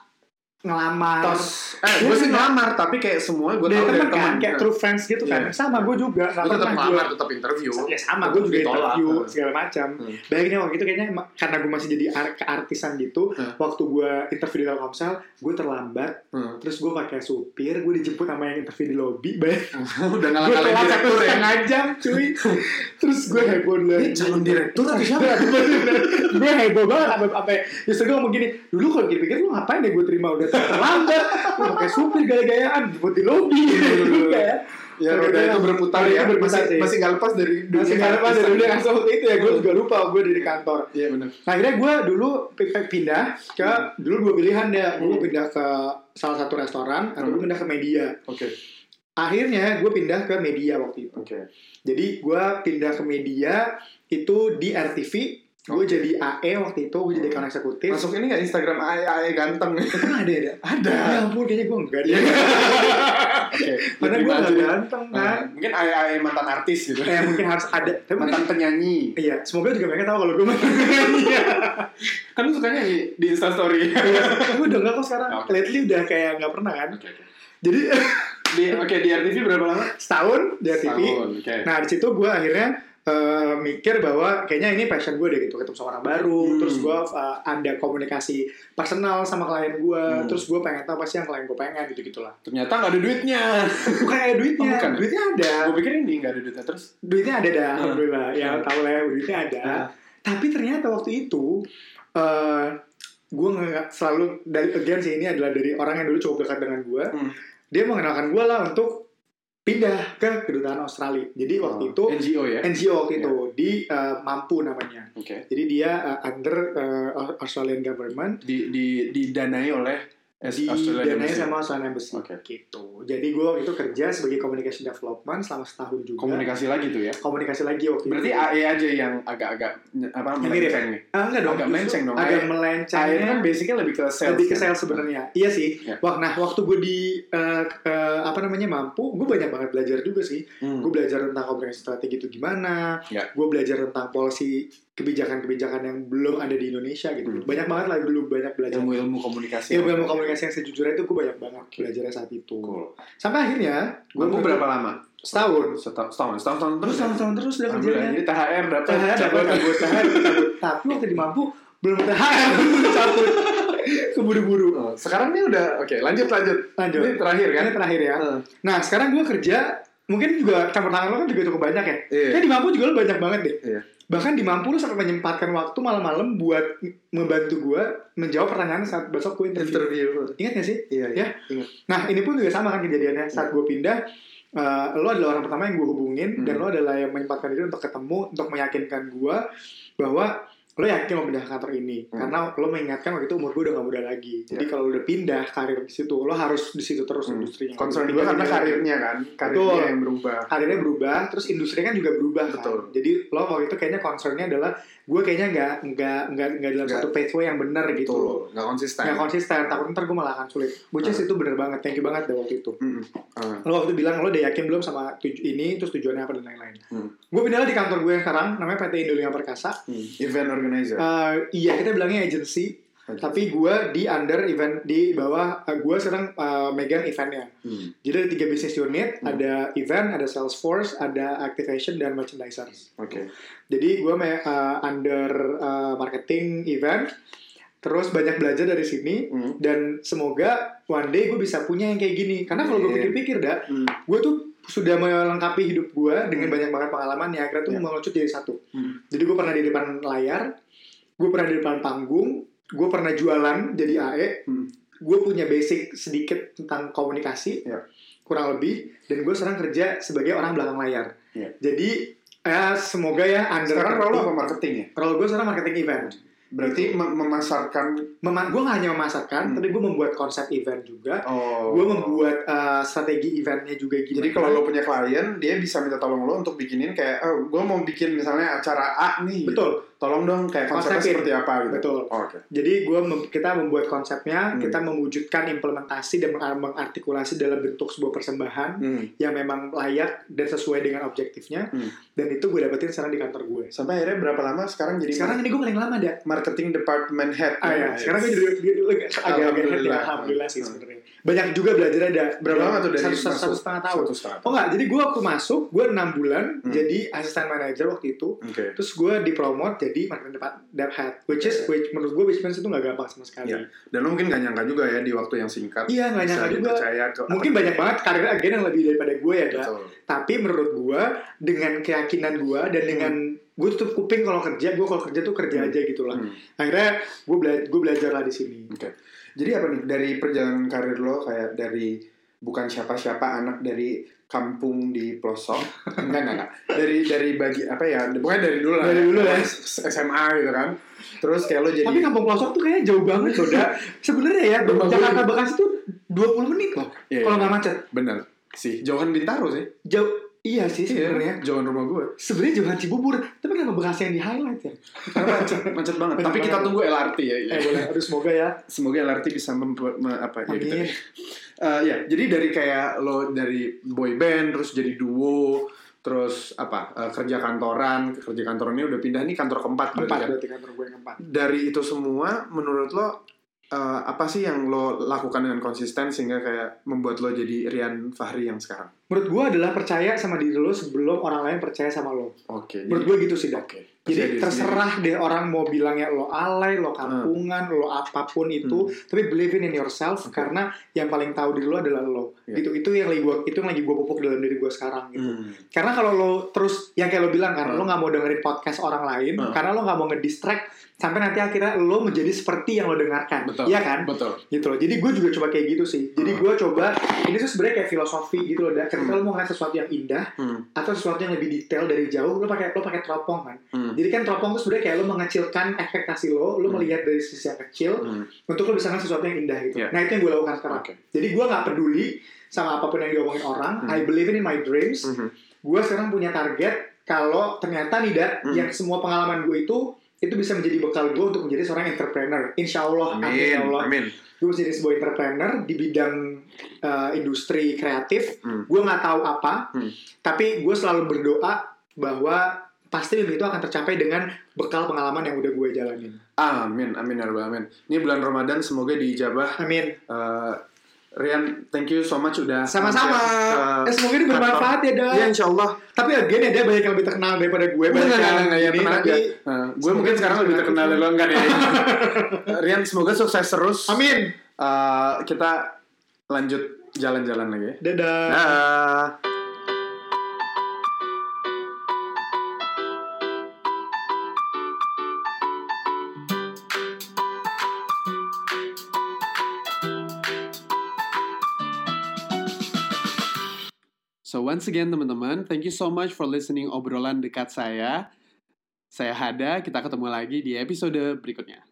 Speaker 2: ngelamar
Speaker 3: tos eh gue sih ngelamar tapi kayak semua gue
Speaker 2: dari
Speaker 3: tau dari
Speaker 2: temen
Speaker 3: teman
Speaker 2: kan kayak true friends gitu kan
Speaker 3: Iya.
Speaker 2: sama gue juga nggak
Speaker 3: gue tetap
Speaker 2: pernah
Speaker 3: ngelamar
Speaker 2: gua-
Speaker 3: tetap interview
Speaker 2: ya sama
Speaker 3: Tetep
Speaker 2: gue juga
Speaker 3: Iya, ditolak.
Speaker 2: interview
Speaker 3: Hmm.
Speaker 2: segala macam
Speaker 3: Hmm.
Speaker 2: baiknya waktu itu gitu kayaknya em- karena gue masih jadi ar- keartisan gitu
Speaker 3: Hmm.
Speaker 2: waktu gue interview di Telkomsel gue terlambat
Speaker 3: Hmm.
Speaker 2: terus gue pakai supir gue dijemput sama yang interview di lobby banyak
Speaker 3: Hmm. udah
Speaker 2: gue
Speaker 3: ngalah-ngalahin
Speaker 2: telat satu
Speaker 3: direktur ya
Speaker 2: setengah jam cuy terus gue heboh Iya, dulu
Speaker 3: ini calon direktur atau siapa
Speaker 2: gue heboh banget sampai sampai justru gue ngomong gini dulu kalau pikir lu ngapain deh gue terima udah terlambat lu pakai supir gaya-gayaan jemput di
Speaker 3: Iya,
Speaker 2: lobby gitu kan
Speaker 3: ya roda itu berputar
Speaker 2: Roda
Speaker 3: ya
Speaker 2: itu berputar,
Speaker 3: masih
Speaker 2: iya.
Speaker 3: masih nggak lepas dari
Speaker 2: masih karena pas dari yang waktu itu ya gue juga lupa gue dari kantor
Speaker 3: iya benar
Speaker 2: Nah, akhirnya gue dulu p- pindah ke dulu dua pilihan ya gue
Speaker 3: Hmm.
Speaker 2: pindah ke salah satu restoran atau gue
Speaker 3: Hmm.
Speaker 2: pindah ke media
Speaker 3: oke
Speaker 2: akhirnya gue pindah ke media waktu itu
Speaker 3: oke
Speaker 2: jadi gue pindah ke media itu di RTV
Speaker 3: Oke.
Speaker 2: gue jadi AE waktu itu gue jadi
Speaker 3: Hmm.
Speaker 2: account eksekutif
Speaker 3: masuk ini nggak Instagram ae ae <laughs> ganteng Iya.
Speaker 2: Emang ada ya? Ada. Ya ampun, kayaknya gue enggak deh.
Speaker 3: oke
Speaker 2: Karena gue
Speaker 3: Diterima
Speaker 2: enggak
Speaker 3: aja.
Speaker 2: ganteng kan.
Speaker 3: Nah, mungkin ae ae mantan artis gitu
Speaker 2: Kayak eh, mungkin harus ada. Tapi mungkin,
Speaker 3: mantan penyanyi
Speaker 2: iya, semoga juga mereka tahu kalau gue mantan penyanyi.
Speaker 3: kan lu suka nyanyi di instastory
Speaker 2: Iya, Gue udah enggak kok sekarang.
Speaker 3: Oke.
Speaker 2: Lately udah kayak enggak pernah kan.
Speaker 3: oke oke.
Speaker 2: Jadi <laughs>
Speaker 3: di oke di RTV berapa lama
Speaker 2: setahun di TV.
Speaker 3: Setahun, oke
Speaker 2: Nah, di situ gue akhirnya eh, mikir bahwa kayaknya ini passion gue deh gitu ketemu sama orang baru
Speaker 3: Hmm.
Speaker 2: terus gue eh, ada komunikasi personal sama klien gue
Speaker 3: Hmm.
Speaker 2: terus gue pengen tahu apa sih yang klien gue pengen gitu gitulah
Speaker 3: ternyata nggak ada duitnya
Speaker 2: bukan ada duitnya
Speaker 3: Oh, <laughs> bukan.
Speaker 2: duitnya ada
Speaker 3: gue pikir ini nggak ada duitnya terus
Speaker 2: duitnya ada dah
Speaker 3: Hmm.
Speaker 2: alhamdulillah ya
Speaker 3: Hmm.
Speaker 2: tau lah ya, duitnya ada
Speaker 3: Hmm.
Speaker 2: tapi ternyata waktu itu eh gue nggak selalu dari again sih ini adalah dari orang yang dulu cukup dekat dengan gue
Speaker 3: Hmm.
Speaker 2: dia mengenalkan gue lah untuk pindah ke kedutaan Australia jadi waktu itu
Speaker 3: NGO ya
Speaker 2: NGO waktu itu di eh, Mampu namanya
Speaker 3: oke
Speaker 2: jadi dia eh, under eh, Australian government
Speaker 3: di di didanai oleh S-
Speaker 2: di
Speaker 3: Australian
Speaker 2: dananya
Speaker 3: Embassy.
Speaker 2: sama Australian Embassy
Speaker 3: Oke.
Speaker 2: gitu jadi gue waktu itu kerja sebagai communication development selama setahun juga
Speaker 3: komunikasi lagi tuh ya
Speaker 2: komunikasi lagi waktu itu.
Speaker 3: berarti AE aja yang agak-agak apa kan
Speaker 2: Yang mirip.
Speaker 3: melenceng nih
Speaker 2: Ah, enggak dong.
Speaker 3: Agak
Speaker 2: justru
Speaker 3: melenceng dong.
Speaker 2: Agak
Speaker 3: Kayak-
Speaker 2: melenceng.
Speaker 3: AE E itu kan basicnya lebih ke sales
Speaker 2: lebih ke
Speaker 3: kan?
Speaker 2: sales sebenarnya. Iya sih.
Speaker 3: Iya.
Speaker 2: Wah, nah waktu gue di eh, eh, apa namanya mampu, gue banyak banget belajar juga sih.
Speaker 3: Hmm.
Speaker 2: Gue belajar tentang komunikasi strategi itu gimana.
Speaker 3: Iya.
Speaker 2: Gue belajar tentang policy kebijakan-kebijakan yang belum ada di Indonesia gitu.
Speaker 3: Hmm.
Speaker 2: Banyak banget lah dulu banyak belajar. Ilmu
Speaker 3: ilmu-ilmu komunikasi
Speaker 2: ilmu, komunikasi yang sejujurnya itu gue banyak banget belajarnya saat itu.
Speaker 3: cool
Speaker 2: Sampai akhirnya
Speaker 3: gue
Speaker 2: gue
Speaker 3: berapa lama
Speaker 2: Setahun.
Speaker 3: setahun setahun setahun, setahun
Speaker 2: Terus
Speaker 3: terus ya?
Speaker 2: tahun-tahun terus udah
Speaker 3: Alhamdulillah.
Speaker 2: kerjanya.
Speaker 3: jadi THR dapat
Speaker 2: THR dapat cabut, THR <laughs> cabut. Tapi waktu di mampu belum <laughs> THR cabut. Keburu-buru.
Speaker 3: Oh, sekarang ini udah oke lanjut lanjut
Speaker 2: Lanjut.
Speaker 3: ini terakhir kan
Speaker 2: Ini terakhir ya.
Speaker 3: Heeh.
Speaker 2: Nah, sekarang gue kerja mungkin juga campur tangan lo kan juga cukup banyak ya.
Speaker 3: Iya.
Speaker 2: Kayak di mampu juga lo banyak banget deh.
Speaker 3: Iya.
Speaker 2: Bahkan di mampu lo sampai menyempatkan waktu malam-malam buat membantu gue menjawab pertanyaan saat besok gue interview.
Speaker 3: interview
Speaker 2: Ingat gak sih?
Speaker 3: iya
Speaker 2: Ya.
Speaker 3: Ingat.
Speaker 2: Nah, ini pun juga sama kan
Speaker 3: Iya.
Speaker 2: kejadiannya. Saat gue pindah, eh, lo adalah orang pertama yang gue hubungin
Speaker 3: Hmm.
Speaker 2: dan lo adalah yang menyempatkan diri untuk ketemu, untuk meyakinkan gue bahwa lo yakin mau pindah ke kantor ini
Speaker 3: Hmm.
Speaker 2: karena lo mengingatkan waktu itu umur gue udah gak muda lagi. Jadi
Speaker 3: Ya.
Speaker 2: kalau lo udah pindah karir di situ, lo harus di situ terus
Speaker 3: Hmm.
Speaker 2: industrinya.
Speaker 3: concern gue
Speaker 2: Pindah,
Speaker 3: karena
Speaker 2: pindah.
Speaker 3: karirnya kan karirnya
Speaker 2: Betul.
Speaker 3: yang berubah
Speaker 2: karirnya berubah, terus industrinya kan juga berubah. kan.
Speaker 3: Betul.
Speaker 2: Jadi lo waktu itu kayaknya concernnya adalah gue kayaknya nggak nggak nggak nggak dalam
Speaker 3: Nggak.
Speaker 2: satu pathway yang benar gitu.
Speaker 3: Betul. Hmm.
Speaker 2: loh.
Speaker 3: nggak konsisten
Speaker 2: Nggak konsisten, takut ntar gue malah akan sulit. Which is itu bener banget, thank you banget deh waktu itu
Speaker 3: Mm-mm. Ah,
Speaker 2: lo waktu itu bilang lo udah yakin belum sama tuju ini terus tujuannya apa dan lain-lain
Speaker 3: Hmm.
Speaker 2: gue pindah di kantor gue yang sekarang namanya PT Indonesia Perkasa
Speaker 3: hmm. event organizer
Speaker 2: Eh, iya kita bilangnya agency
Speaker 3: Oke.
Speaker 2: tapi gue di under event di bawah eh, gue sekarang eh, megang eventnya
Speaker 3: Hmm.
Speaker 2: jadi ada tiga bisnis unit
Speaker 3: Hmm.
Speaker 2: ada event ada sales force ada activation dan merchandisers
Speaker 3: oke
Speaker 2: jadi gue me- eh, under eh, marketing event terus banyak belajar dari sini
Speaker 3: Hmm.
Speaker 2: dan semoga one day gue bisa punya yang kayak gini karena kalau gue
Speaker 3: Iya.
Speaker 2: pikir-pikir dah
Speaker 3: Hmm.
Speaker 2: gue tuh sudah melengkapi hidup gue dengan banyak banget pengalaman yang akhirnya tuh
Speaker 3: Ya.
Speaker 2: mengerucut jadi satu.
Speaker 3: Hmm.
Speaker 2: Jadi gue pernah di depan layar, gue pernah di depan panggung, gue pernah jualan jadi E, AE,
Speaker 3: Hmm.
Speaker 2: gue punya basic sedikit tentang komunikasi,
Speaker 3: Ya.
Speaker 2: kurang lebih, dan gue sekarang kerja sebagai orang belakang layar.
Speaker 3: Ya.
Speaker 2: Jadi eh, semoga ya under
Speaker 3: Nah, Sekarang role lu apa marketing ya?
Speaker 2: Role gue sekarang marketing event.
Speaker 3: Berarti
Speaker 2: Gitu.
Speaker 3: mem- memasarkan
Speaker 2: Mema- gue nggak hanya memasarkan,
Speaker 3: Hmm.
Speaker 2: tapi gue membuat konsep event juga.
Speaker 3: oh.
Speaker 2: Gue membuat eh, strategi eventnya juga. Gimana.
Speaker 3: Jadi kalau lo punya klien, dia bisa minta tolong lo untuk bikinin kayak, oh, gue mau bikin misalnya acara A nih.
Speaker 2: Iya. Betul.
Speaker 3: Gitu. tolong dong kayak konsepnya
Speaker 2: Konsepin.
Speaker 3: seperti apa gitu.
Speaker 2: Betul.
Speaker 3: Oh, Oke.
Speaker 2: Jadi gua mem- kita membuat konsepnya,
Speaker 3: Hmm.
Speaker 2: kita mewujudkan implementasi dan meng- mengartikulasi dalam bentuk sebuah persembahan
Speaker 3: Hmm.
Speaker 2: yang memang layak dan sesuai dengan objektifnya.
Speaker 3: Hmm.
Speaker 2: Dan itu gue dapetin sekarang di kantor gue.
Speaker 3: Sampai akhirnya berapa lama sekarang jadi
Speaker 2: Sekarang ini gue paling lama dah.
Speaker 3: marketing department head.
Speaker 2: Ah ya, sekarang gue jadi agak-agak happy,
Speaker 3: Oh, iya, Alhamdulillah.
Speaker 2: alhamdulillah sih
Speaker 3: Hmm.
Speaker 2: sebenarnya. Banyak juga belajar ada
Speaker 3: Berapa lama tuh dari
Speaker 2: satu, satu, satu
Speaker 3: masuk?
Speaker 2: setengah tahun.
Speaker 3: Satu setengah.
Speaker 2: Oh enggak, jadi gue waktu masuk, gue 6 bulan
Speaker 3: Hmm.
Speaker 2: jadi asisten manajer waktu itu.
Speaker 3: Oke.
Speaker 2: Terus gue dipromot jadi marketing depa- dev head, which is which, menurut gue which means itu nggak gampang sama sekali.
Speaker 3: Iya. Dan lo mungkin gak nyangka juga ya di waktu yang singkat.
Speaker 2: Iya, nggak nyangka
Speaker 3: bisa
Speaker 2: juga.
Speaker 3: dipercaya ke gitu ya.
Speaker 2: Mungkin banyak banget ya. karir agen yang lebih daripada gue ya, Da.
Speaker 3: Betul.
Speaker 2: Tapi menurut gue dengan keyakinan gue dan dengan gue tutup kuping kalau kerja, gue kalau kerja tuh kerja
Speaker 3: Hmm.
Speaker 2: aja gitu lah.
Speaker 3: Hmm.
Speaker 2: Akhirnya gue bela- gue belajar lah di sini.
Speaker 3: Oke. Jadi apa nih dari perjalanan karir lo kayak dari bukan siapa-siapa anak dari kampung di pelosok
Speaker 2: <laughs>
Speaker 3: enggak enggak enggak dari dari bagi apa ya bukan dari dulu lah
Speaker 2: Dari dulu ya.
Speaker 3: SMA gitu kan terus kayak lo jadi
Speaker 2: Tapi kampung pelosok tuh kayaknya jauh banget loh,
Speaker 3: <laughs>
Speaker 2: Da. Sebenarnya ya,
Speaker 3: Rumah gue
Speaker 2: Jakarta
Speaker 3: di-
Speaker 2: Bekasi tuh 20 menit loh.
Speaker 3: Iya,
Speaker 2: Kalau
Speaker 3: iya.
Speaker 2: nggak macet.
Speaker 3: bener sih jauhan bintaro sih
Speaker 2: Jauh. Iya sih sebenarnya.
Speaker 3: jauhan rumah gue
Speaker 2: Sebenarnya jauhan Cibubur, tapi kenapa Bekasi yang di highlight ya?
Speaker 3: Karena macet macet banget
Speaker 2: Macet
Speaker 3: tapi kita
Speaker 2: banget.
Speaker 3: tunggu LRT ya iya.
Speaker 2: Eh boleh, aduh semoga ya.
Speaker 3: semoga LRT bisa membuat apa ya gitu
Speaker 2: Amin.
Speaker 3: deh. Eh, ya jadi dari kayak lo dari boy band terus jadi duo terus apa eh, kerja kantoran kerja kantorannya udah pindah nih kantor keempat berarti
Speaker 2: Empat
Speaker 3: kan?
Speaker 2: berarti kantor gue yang empat.
Speaker 3: dari itu semua menurut lo eh, apa sih yang lo lakukan dengan konsisten sehingga kayak membuat lo jadi Rian Fahri yang sekarang
Speaker 2: Menurut gue adalah percaya sama diri lo sebelum orang lain percaya sama lo.
Speaker 3: oke
Speaker 2: Menurut
Speaker 3: jadi-
Speaker 2: gue gitu sih, Da.
Speaker 3: oke Iya. Percaya
Speaker 2: Jadi
Speaker 3: diri Hmm.
Speaker 2: terserah deh orang mau bilangnya lo alay, lo kampungan, lo apapun itu, tapi believe in yourself
Speaker 3: Oke.
Speaker 2: karena yang paling tahu diri lo adalah lo.
Speaker 3: Hmm. Iya.
Speaker 2: Gitu. Itu yang lagi gua itu yang lagi gua pupuk dalam diri gua sekarang gitu.
Speaker 3: sendiri. Hmm.
Speaker 2: Karena kalau lo terus yang kayak lo bilang kan,
Speaker 3: Hmm.
Speaker 2: lo nggak mau dengerin podcast orang lain
Speaker 3: Hmm.
Speaker 2: karena lo nggak mau ngedistract sampai nanti akhirnya lo menjadi seperti yang lo dengarkan.
Speaker 3: betul
Speaker 2: Iya kan?
Speaker 3: betul
Speaker 2: gitu loh. Jadi gue juga coba kayak gitu sih. Jadi
Speaker 3: Hmm.
Speaker 2: gue coba ini tuh sebenarnya kayak filosofi gitu loh. Dan Ketika
Speaker 3: Hmm.
Speaker 2: lo mau ngeliat sesuatu yang indah
Speaker 3: Hmm,
Speaker 2: atau sesuatu yang lebih detail dari jauh, lo pakai lo pakai teropong kan.
Speaker 3: hmm,
Speaker 2: Jadi kan teropong tuh sebenarnya kayak lo mengecilkan ekspektasi lo, lo
Speaker 3: Hmm.
Speaker 2: melihat dari sisi yang kecil
Speaker 3: hmm.
Speaker 2: untuk lo bisa ngeliat sesuatu yang indah gitu.
Speaker 3: Yeah.
Speaker 2: Nah itu yang gue lakukan sekarang.
Speaker 3: oke
Speaker 2: Jadi gue nggak peduli sama apapun yang diomongin orang.
Speaker 3: Hmm.
Speaker 2: I believe in my dreams.
Speaker 3: Mhm.
Speaker 2: Gue sekarang punya target kalau ternyata nih Dat,
Speaker 3: Hmm.
Speaker 2: yang semua pengalaman gue itu itu bisa menjadi bekal gue untuk menjadi seorang entrepreneur. Insya Allah, amin ya
Speaker 3: amin
Speaker 2: Allah
Speaker 3: amin
Speaker 2: gue jadi sebuah entrepreneur di bidang uh, industri kreatif
Speaker 3: Hmm.
Speaker 2: gue nggak tahu apa
Speaker 3: Hmm.
Speaker 2: tapi gue selalu berdoa bahwa pasti mimpi itu akan tercapai dengan bekal pengalaman yang udah gue jalanin
Speaker 3: Amin, amin, ya Rabbal amin. Ini bulan Ramadan semoga diijabah.
Speaker 2: amin
Speaker 3: Eh, Rian, thank you so much udah.
Speaker 2: sama-sama
Speaker 3: mampir
Speaker 2: eh,
Speaker 3: ke-
Speaker 2: semoga ini bermanfaat ya Dan
Speaker 3: Iya, insya Allah.
Speaker 2: tapi again ya Dan banyak yang lebih terkenal daripada gue banyak
Speaker 3: Enggak,
Speaker 2: yang
Speaker 3: enggak, enggak, ya,
Speaker 2: ini,
Speaker 3: tenang
Speaker 2: tapi
Speaker 3: aja. Eh, gue
Speaker 2: Semoga
Speaker 3: mungkin
Speaker 2: bisa
Speaker 3: sekarang lebih
Speaker 2: dikenal
Speaker 3: terkenal dari
Speaker 2: terus.
Speaker 3: lo enggak
Speaker 2: <laughs>
Speaker 3: deh. Eh, Rian, semoga sukses terus.
Speaker 2: amin
Speaker 3: Eh, kita lanjut jalan-jalan lagi. ya.
Speaker 2: dadah
Speaker 3: Dah.
Speaker 1: So once again teman-teman, thank you so much for listening obrolan dekat saya. Saya Hada, kita ketemu lagi di episode berikutnya.